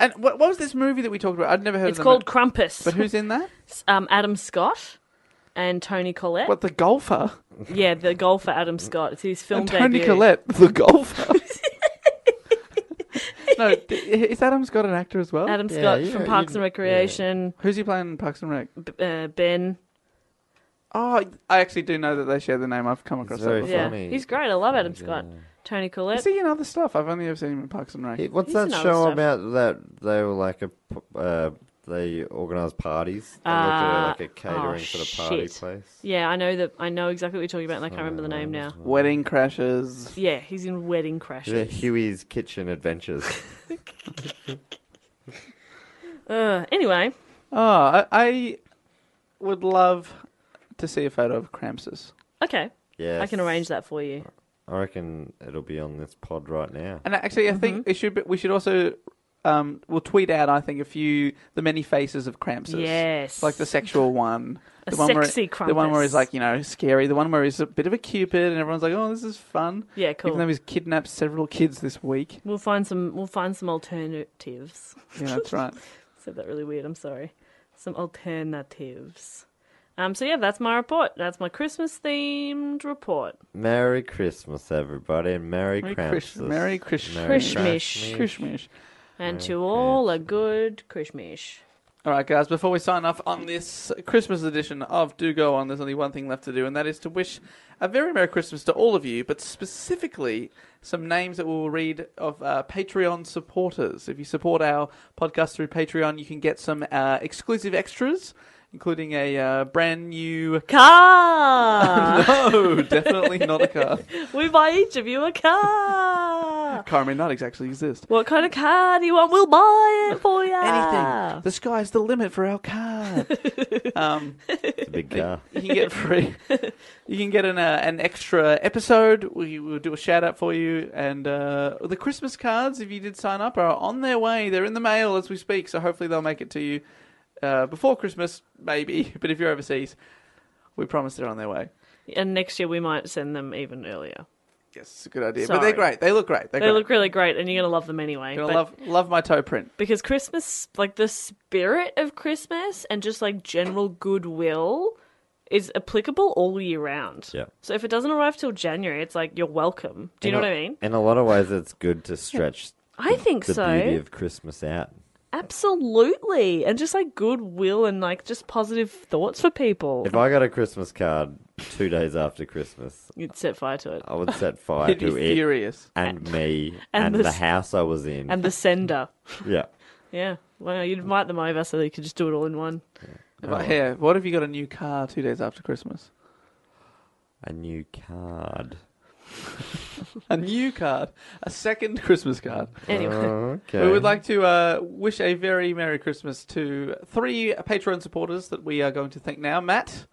D: And what, what was this movie that we talked about? I'd never heard
E: It's
D: of
E: called
D: them.
E: Crumpus.
D: But who's in that?
E: um, Adam Scott and Tony Collette.
D: What, the golfer?
E: Yeah, the golfer Adam Scott. It's his film
D: And Tony
E: debut.
D: Collette, (laughs) the golfer. no, d- is Adam Scott an actor as well?
E: Adam
G: Yeah,
E: Scott
G: yeah,
E: from Parks
G: you-
E: and Recreation.
D: Who's he playing in Parks and Rec?
E: B- uh, ben.
D: Oh, I actually do know that they share the name. I've come across that
G: very
D: before.
E: Yeah,
G: Funny.
E: he's great. I love Adam Scott. Tony Collette.
D: Is he in other stuff? I've only ever seen him in Parks and Rec.
G: Hey, What's
E: He's
G: that
E: another
G: show
E: stuff.
G: about that they were like a p- uh, they organised parties and
E: Uh,
G: looked at like a
E: oh,
G: catering sort of party
E: shit.
G: place?
E: Yeah, I know that. I know exactly what you're talking about, and I can't remember the name now.
D: Wedding crashes.
E: Yeah, he's in Wedding
G: The
E: Crashers.
G: Huey's
E: (laughs)
G: Kitchen Adventures.
E: Uh, anyway,
D: Oh, I, I would love to see a photo of Krampus.
E: okay,
G: Yeah,
E: I can arrange that for you.
G: I reckon it'll be on this pod right now.
D: And actually, I think
E: Mm-hmm.
D: it should. Be, we should also. Um, we'll tweet out. I think a few the many faces of Krampus.
E: Yes.
D: like the sexual one.
E: A
D: The one
E: sexy
D: where, The one where he's
E: Krampus.
D: like you know scary. The one where he's a bit of a cupid, and everyone's like, "Oh, this is fun."
E: Yeah, cool.
D: Even though he's kidnapped several kids this week.
E: We'll find some. We'll find some alternatives. (laughs)
D: Yeah, that's right.
E: Said that really weird. I'm sorry. Some alternatives. Um. So yeah, that's my report. That's my Christmas themed report.
G: Merry Christmas, everybody, and Merry,
D: Merry
G: Krampus.
D: Chris- Merry Chris-
E: Krishmish.
D: Krishmish.
E: And to all a good Krishmish.
D: All right, guys, before we sign off on this Christmas edition of Do Go On, there's only one thing left to do, and that is to wish a very Merry Christmas to all of you, but specifically some names that we'll read of uh, Patreon supporters. If you support our podcast through Patreon, you can get some uh, exclusive extras, including a uh, brand new. (laughs)
E: Car.
D: No, definitely not a car.
E: we buy each of you a car.
D: Car may not exactly exist.
E: What kind of car do you want? We'll buy it for you.
D: Anything. The sky's the limit for our car. um,
G: It's
D: (laughs)
G: a big car.
D: you can get free. you can get an uh, an extra episode. We will do a shout out for you, and uh, the Christmas cards, if you did sign up, are on their way. They're in the mail as we speak, so hopefully they'll make it to you uh, before Christmas, maybe. (laughs) But if you're overseas, we promise they're on their way.
E: And next year we might send them even earlier.
D: Yes, it's a good idea. But
E: Sorry.
D: they're great. They look great. They're
E: They
D: great.
E: look really great, and you're gonna love them anyway.
D: Gonna
E: but-
D: love love my toe print.
E: because Christmas, like the spirit of Christmas, and just like general goodwill, is applicable all year round.
G: Yeah.
E: So if it doesn't arrive till January, it's like you're welcome. Do you know what I mean?
G: In a lot of ways, it's good to stretch
E: I think
G: the
E: so.
G: beauty of Christmas out.
E: Absolutely, and just like goodwill and like just positive thoughts for people.
G: If I got a Christmas card two days after Christmas,
E: You'd set fire to
G: (laughs)
E: it,
G: I would
D: (laughs)
G: set fire
D: You'd be
G: to it
D: furious.
G: and me
E: (laughs) and
G: and,
E: the
G: the
E: s-
G: house I was in.
E: and the sender.
G: yeah.
E: Yeah. Well, you'd invite them over so they could just do it all in one.
D: But
E: Oh.
D: here, what if you got a new car two days after Christmas?
G: A new card.
D: A new card, a second Christmas card.
G: Uh,
E: Anyway.
G: Okay.
D: We would like to uh, wish a very Merry Christmas to three Patreon supporters that we are going to thank now. Matt,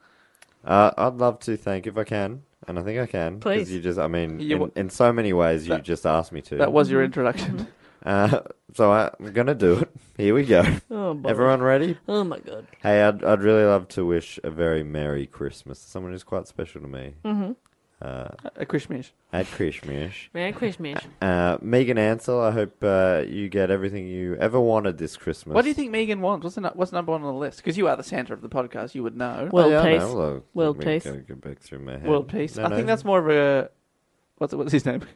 G: Uh, I'd love to thank if I can, and I think I can. 'cause
E: Please.
G: You just, I mean,
D: You
G: in,
D: w-
G: in so many ways, you
D: That-
G: just asked me to.
D: that was your introduction. (laughs)
G: Uh, so I'm gonna do it. Here we go.
E: (laughs) Oh, boy.
G: Everyone ready?
E: Oh my god.
G: Hey, I'd I'd really love to wish a very merry Christmas to someone who's quite special to me. Mm-hmm. Uh,
D: a Krishmish.
G: at Krishmish.
E: Merry
G: (laughs)
E: Christmas.
G: Uh, Megan Ansell, I hope uh, you get everything you ever wanted this Christmas.
D: What do you think Megan wants? What's, the, nu- what's number one on the list? Because you are the Santa of the podcast, you would know.
E: World
G: yeah, I
E: peace.
G: know, well,
E: World
G: let me
E: peace.
G: Go, go back through my head.
D: World peace.
G: No,
D: I
G: no,
D: think that's more of a what's what's his name? (laughs)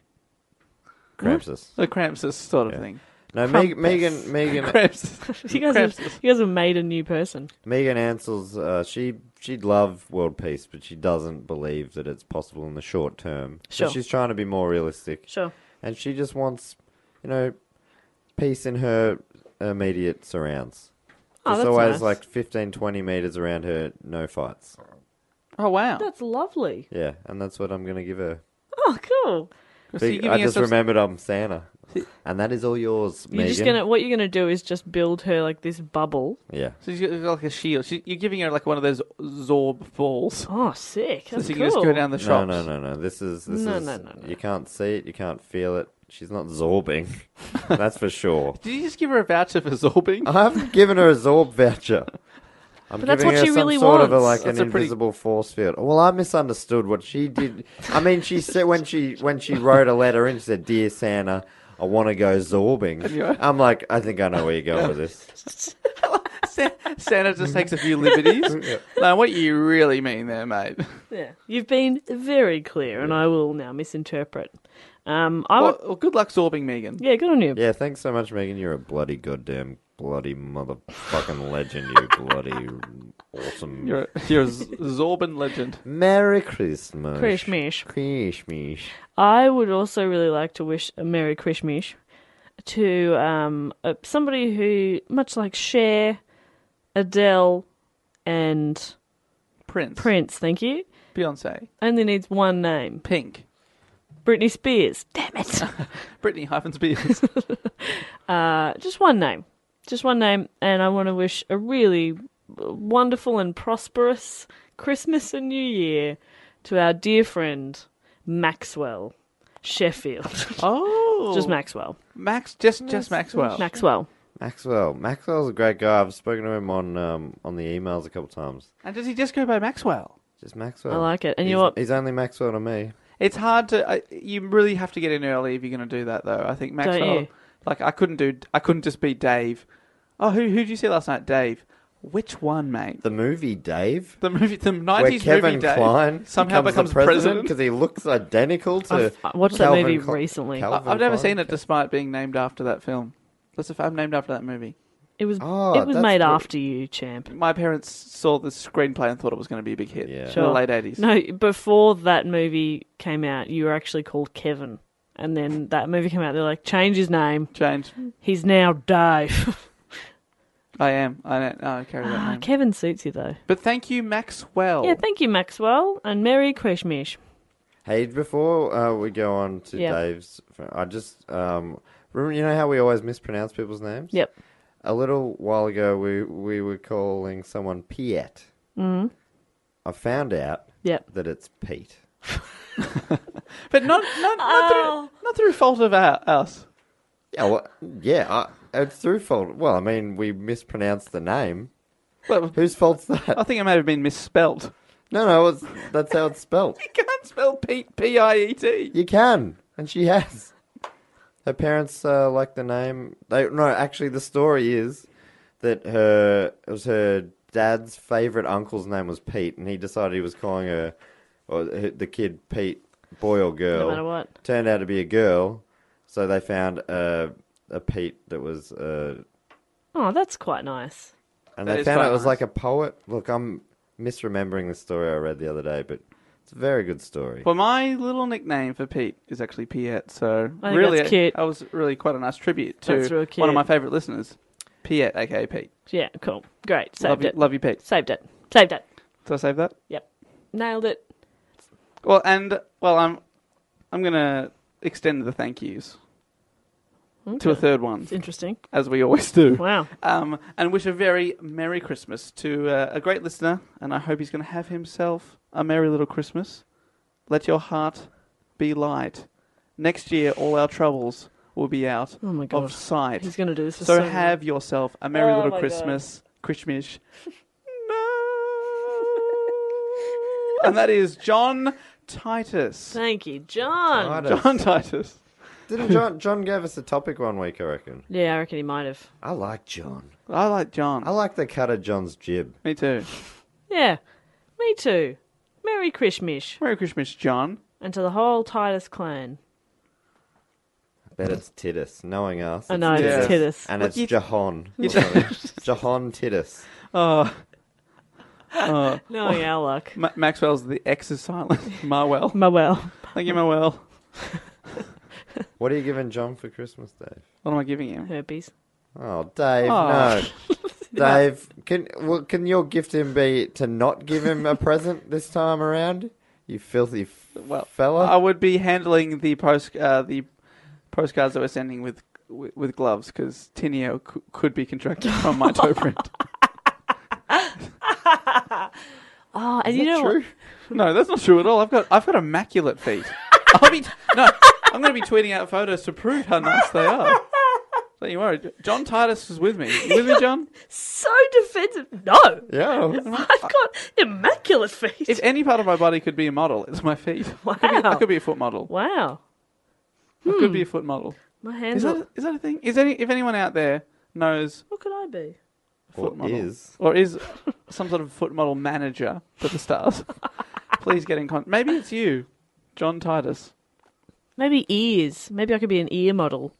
G: Krampus.
D: A Krampus sort of
G: Yeah. (laughs)
D: thing.
G: No, Meg, Megan, Megan,
D: Krampus.
E: (laughs) You guys, have,
D: Krampus.
E: you guys have made a new person.
G: Megan Ansel's, uh, she she'd love world peace, but she doesn't believe that it's possible in the short term. So
E: Sure.
G: she's trying to be more realistic,
E: Sure.
G: and she just wants you know, peace in her immediate surrounds.
E: Oh,
G: There's
E: that's
G: always
E: nice.
G: like 15, 20 meters around her, no fights.
D: Oh wow!
E: That's lovely.
G: Yeah, and that's what I'm going to give her.
E: Oh, cool.
D: So
G: See,
D: you're giving
G: I just
D: yourself-
G: remembered I'm Santa. And that is all yours,
E: You're just
G: Megan.
E: gonna what you're gonna do is just build her like this bubble.
G: Yeah.
D: (laughs) So she's got like a shield. She, you're giving her like one of those Zorb balls.
E: Oh, sick.
D: (laughs) So
E: That's
D: she
E: cool.
D: can just go down the
G: No,
D: shops.
G: no, no, no. This is this
E: No,
G: is.
E: no, no, no.
G: You can't see it. You can't feel it. She's not zorbing.
E: (laughs)
G: That's for sure.
D: Did you just give her a voucher for (laughs) zorbing?
G: I haven't given her a zorb voucher. I'm
E: But that's
G: giving
E: what
G: her
E: she
G: some
E: really
G: sort of a,
E: wants.
G: like
D: That's
G: an
D: a pretty-
G: invisible force field. Well, I misunderstood what she did. I mean, she said when she when she wrote a letter in, she said, "Dear Santa, I want to go zorbing." I'm like, I think I know where you're going with this.
D: Sa- (laughs) Santa just takes a (laughs) few liberties. No, what you really mean there, mate?
E: Yeah. You've been very clear and I will now misinterpret. Um I
D: Well,
E: would
D: well, good luck zorbing, Megan.
E: Yeah, good on you.
G: Yeah, thanks so much, Megan. You're a bloody goddamn bloody motherfucking legend. You bloody awesome.
D: You're a, you're a Z- Zorban legend.
G: Merry Christmas.
E: Christmas.
G: Christmas.
E: I would also really like to wish a Merry Christmas to um, uh somebody who, much like Cher, Adele, and
D: Prince.
E: Prince, thank you,
D: Beyonce.
E: only needs one name
D: Pink.
E: Britney Spears. Damn it.
D: Brittany hyphens Spears.
E: Uh, just one name. Just one name. And I want to wish a really wonderful and prosperous Christmas and New Year to our dear friend, Maxwell Sheffield.
D: (laughs)
E: (laughs)
D: oh.
E: just Maxwell.
D: Max. Just just Maxwell.
E: Maxwell.
G: Maxwell. Maxwell's a great guy. I've spoken to him on um, on the emails a couple times.
D: And does he just go by Maxwell?
G: Just Maxwell.
E: I like it. And
G: he's,
E: you know what?
G: He's only Maxwell to me.
D: It's hard to. I, you really have to get in early if you're going to do that, though. I think Maxwell.
E: you?
D: Like I couldn't do. I couldn't just be Dave. Oh, who who did you see last night, Dave? Which one, mate?
G: The movie Dave,
D: The movie, the
G: where
D: nineties movie,
G: Kevin
D: Dave
G: Klein
D: somehow becomes, president.
G: because he looks identical to.
E: I've- I watched that
G: Calvin
E: movie
G: Cl-
E: recently.
G: Calvin
D: I've never
G: Klein.
D: seen it, despite being named after that film. That's if I'm named after that movie.
E: It was
G: Oh,
E: it was
G: that's
E: made
G: cool.
E: after you, champ.
D: My parents saw the screenplay and thought it was going to be a big hit.
G: Yeah.
D: In
E: Sure.
D: the late eighties.
E: No, before that movie came out, you were actually called Kevin. And then that movie came out, they're like, change his name.
D: Change.
E: He's now
D: (laughs)
E: Dave. (laughs)
D: I am. I don't. I carry that
E: Ah,
D: name.
E: Kevin suits you though.
D: But thank you, Maxwell.
E: Yeah, thank you, Maxwell, and Merry Christmas.
G: Hey, before uh, we go on to
E: Yeah.
G: Dave's, I just um, remember you know how we always mispronounce people's names.
E: Yep.
G: A little while ago, we we were calling someone Piet. Mm. I found out
E: Mm-hmm. Yep.
G: that it's Pete.
D: But not not, not,
E: Oh.
D: through, not through fault of our, us.
G: Yeah, Oh, well, yeah, I, it's through fault. Well, I mean, we mispronounced the name.
D: Well,
G: Whose fault's
D: I
G: that?
D: think it may have been misspelled.
G: No, no, it's, that's how it's spelt.
D: (laughs) You can't spell Pete P I E T.
G: You can, and she has. Her parents uh, like the name. They no, actually, the story is that her it was her dad's favorite uncle's name was Pete, and he decided he was calling her or h- the kid Pete, boy or girl.
E: matter what.
G: Turned out to be a girl, so they found a a Pete that was. Uh,
E: Oh, that's quite nice.
G: And
D: That
G: they
D: is
G: found
D: quite
G: out it was
D: nice.
G: like a poet. Look, I'm misremembering the story I read the other day, but it's a very good story.
D: Well, my little nickname for Pete is actually Piet, so
E: I think
D: really,
E: that's cute.
D: I was really quite a nice tribute to
E: That's real
D: one
E: cute.
D: of my favourite listeners, Piet, aka Pete.
E: Yeah, cool. Great.
D: Love
E: Saved
D: you,
E: it.
D: love you, Pete.
E: Saved it. Saved it.
D: Did I save that?
E: Yep. Nailed it.
D: Well, and well, I'm I'm gonna extend the thank yous to a third one,
E: It's interesting.
D: as we always do.
E: Wow.
D: Um, and wish a very merry Christmas to uh, a great listener, and I hope he's going to have himself a merry little Christmas. Let your heart be light. Next year, all our troubles will be out
E: Oh my God.
D: of sight.
E: He's going to do this for
D: so
E: so long.
D: have yourself a merry
E: Oh my
D: little
E: God.
D: Christmas, Christmas.
E: (laughs)
D: and that is John Titus.
E: Thank you, John.
G: Titus.
D: John Titus.
G: Didn't John John gave us a topic one week, I reckon.
E: Yeah, I reckon he might have.
G: I like John.
D: I like John.
G: I like the cut of John's jib.
D: Me too.
E: Yeah. Me too. Merry Christmas.
D: Merry Christmas, John.
E: And to the whole Titus clan.
G: I bet it's Titus. Knowing us.
E: I know,
D: it's
E: Titus.
G: And
D: Look,
G: it's
D: you-
G: Jahan.
D: you-
G: (laughs) Jahan Titus.
D: Oh,
E: No, Oh, yeah, luck.
D: Ma-
E: (laughs)
D: Maxwell's the X is silent. Marwell.
E: My well.
D: Thank you, Moel.
G: What are you giving John for Christmas, Dave?
D: What am I giving him?
E: Herpes.
G: Oh, Dave,
D: Oh. (laughs)
G: no. Dave, can well, can your gift him be to not give him a present this time around? You filthy f-
D: Well,
G: fella.
D: I would be handling the post uh, the postcards that we're sending with with, with gloves because tinea c- could be contracted from my toe print.
E: Oh, and you know what?
D: No, that's not true at all. I've got I've got immaculate feet. (laughs) I'll be no. I'm going to be tweeting out photos to prove how nice they are. Don't you worry. John Titus is with me. You with me, John?
E: So defensive. No.
G: yeah.
E: I've got immaculate feet.
D: If any part of my body could be a model, it's my feet. I could be, I
E: Wow.
D: could be a foot model.
E: wow.
D: I could be a foot model.
E: My hands
D: Is
E: are.
D: that, is that a thing? Is any if anyone out there knows
E: What could I be?
G: Or
D: foot model
G: is.
D: or is some sort of foot model manager for the stars, (laughs) please get in contact. Maybe it's you, John Titus.
E: Maybe ears. Maybe I could be an ear model.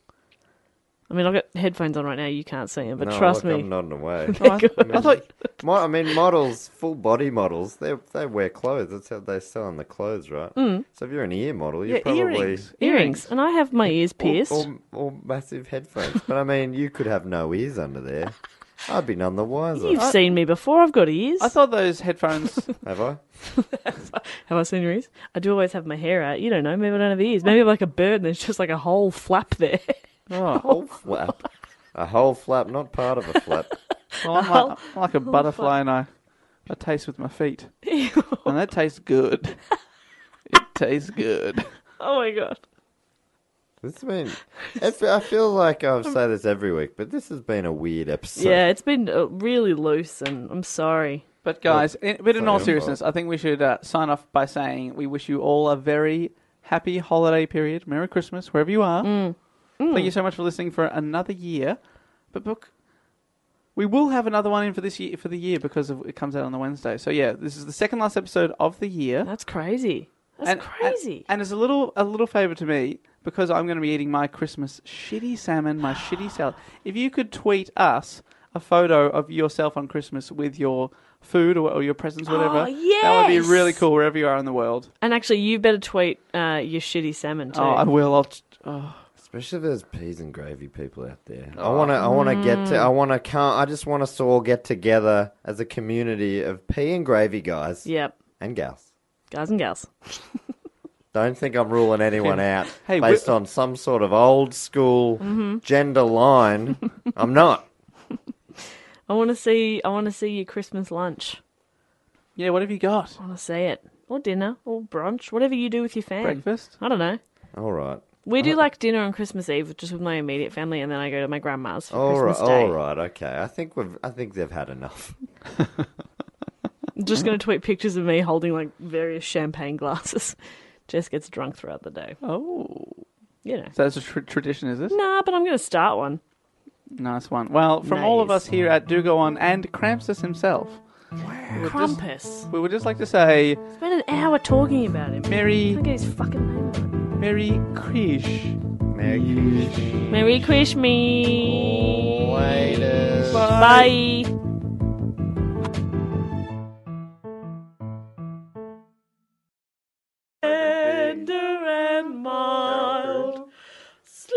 E: I mean, I've got headphones on right now. You can't see them, but
G: No,
E: trust
G: look,
E: me.
G: I'm nodding
E: (laughs)
G: away.
D: Oh, I, I thought
G: Mo- I mean, models, full body models, they they wear clothes. That's how they sell in the clothes, right? Mm. So if you're an ear model, you're
D: yeah,
G: probably
D: earrings.
E: Earrings. And I have my ears
G: Or-
E: pierced.
G: or, or massive headphones. but I mean, you could have no ears under there. I'd be none the wiser.
E: You've seen me before. I've got ears.
D: I thought those headphones.
E: (laughs)
G: Have I?
E: Have I seen your ears? I do always have my hair out. You don't know. Maybe I don't have ears. Maybe I'm like a bird and there's just like a whole flap there. (laughs)
D: oh,
G: Whole flap. A whole flap, not part of a flap.
D: well, I'm, like, I'm like a butterfly, and I, I taste with my feet, and that tastes good. It tastes good.
E: oh my god.
G: This has been. I fe- I feel like I say this every week, but this has been a weird episode.
E: Um, yeah, it's been uh, really loose and I'm sorry.
D: But guys, in, but in
G: sorry,
D: all
G: I'm
D: seriousness, I think we should uh, sign off by saying we wish you all a very happy holiday period, Merry Christmas, wherever you are. Thank you so much for listening for another year. But book, we will have another one in for this year for the year because of, it comes out on the Wednesday. So yeah, this is the second last episode of the year.
E: That's crazy. That's crazy.
D: And, uh, as a little a little favor to me because I'm going to be eating my Christmas shitty salmon, my
E: (gasps)
D: shitty salad. If you could tweet us a photo of yourself on Christmas with your food or, or your presents, whatever, that would be
E: yes!
D: really cool wherever you are in the world.
E: And actually, you better tweet uh, your shitty salmon too.
D: Oh, I will. I'll, t- oh.
G: Especially if there's peas and gravy people out there.
E: Oh.
G: I wanna, I wanna get to, I
E: Mm.
G: wanna, can't, I just want us to all get together as a community of pea and gravy guys
E: Yep,
G: and gals.
E: guys and gals.
G: Don't think I'm ruling
D: (laughs)
G: anyone out
D: Hey, we-
G: based on some sort of old school
E: Mm-hmm. (laughs)
G: gender line. I'm not.
E: I want to see. I want to see your Christmas lunch.
D: Yeah, what have you got?
E: I want to see it, or dinner, or brunch, whatever you do with your fam.
D: Breakfast? Uh,
E: I don't know.
G: All right.
E: We do like dinner on Christmas Eve, just with my immediate family, and then I go to my grandma's for
G: All right.
E: Christmas Day.
G: All right. Okay. I think we've, I think they've had enough.
E: I'm just gonna tweet pictures of me holding like various champagne glasses. (laughs) Jess gets drunk throughout the day.
D: Oh.
E: You know.
D: So that's a tr- tradition, is this?
E: Nah, but I'm gonna start one.
D: Nice one. Well, from all of
E: Nice.
D: us here at Do Go On and Krampus himself,
E: Crumpus.
D: we would just like to say
E: Spent an hour talking about him.
D: Merry,
E: Look at his fucking name. on it.
D: Merry Krish.
G: Merry Christmas.
E: Merry Christmas.
G: Later.
E: Bye. Tender and mild, sleep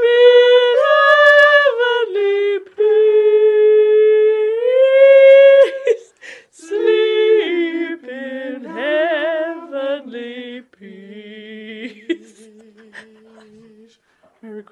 E: in heavenly peace. Sleep in heavenly peace.
D: Merry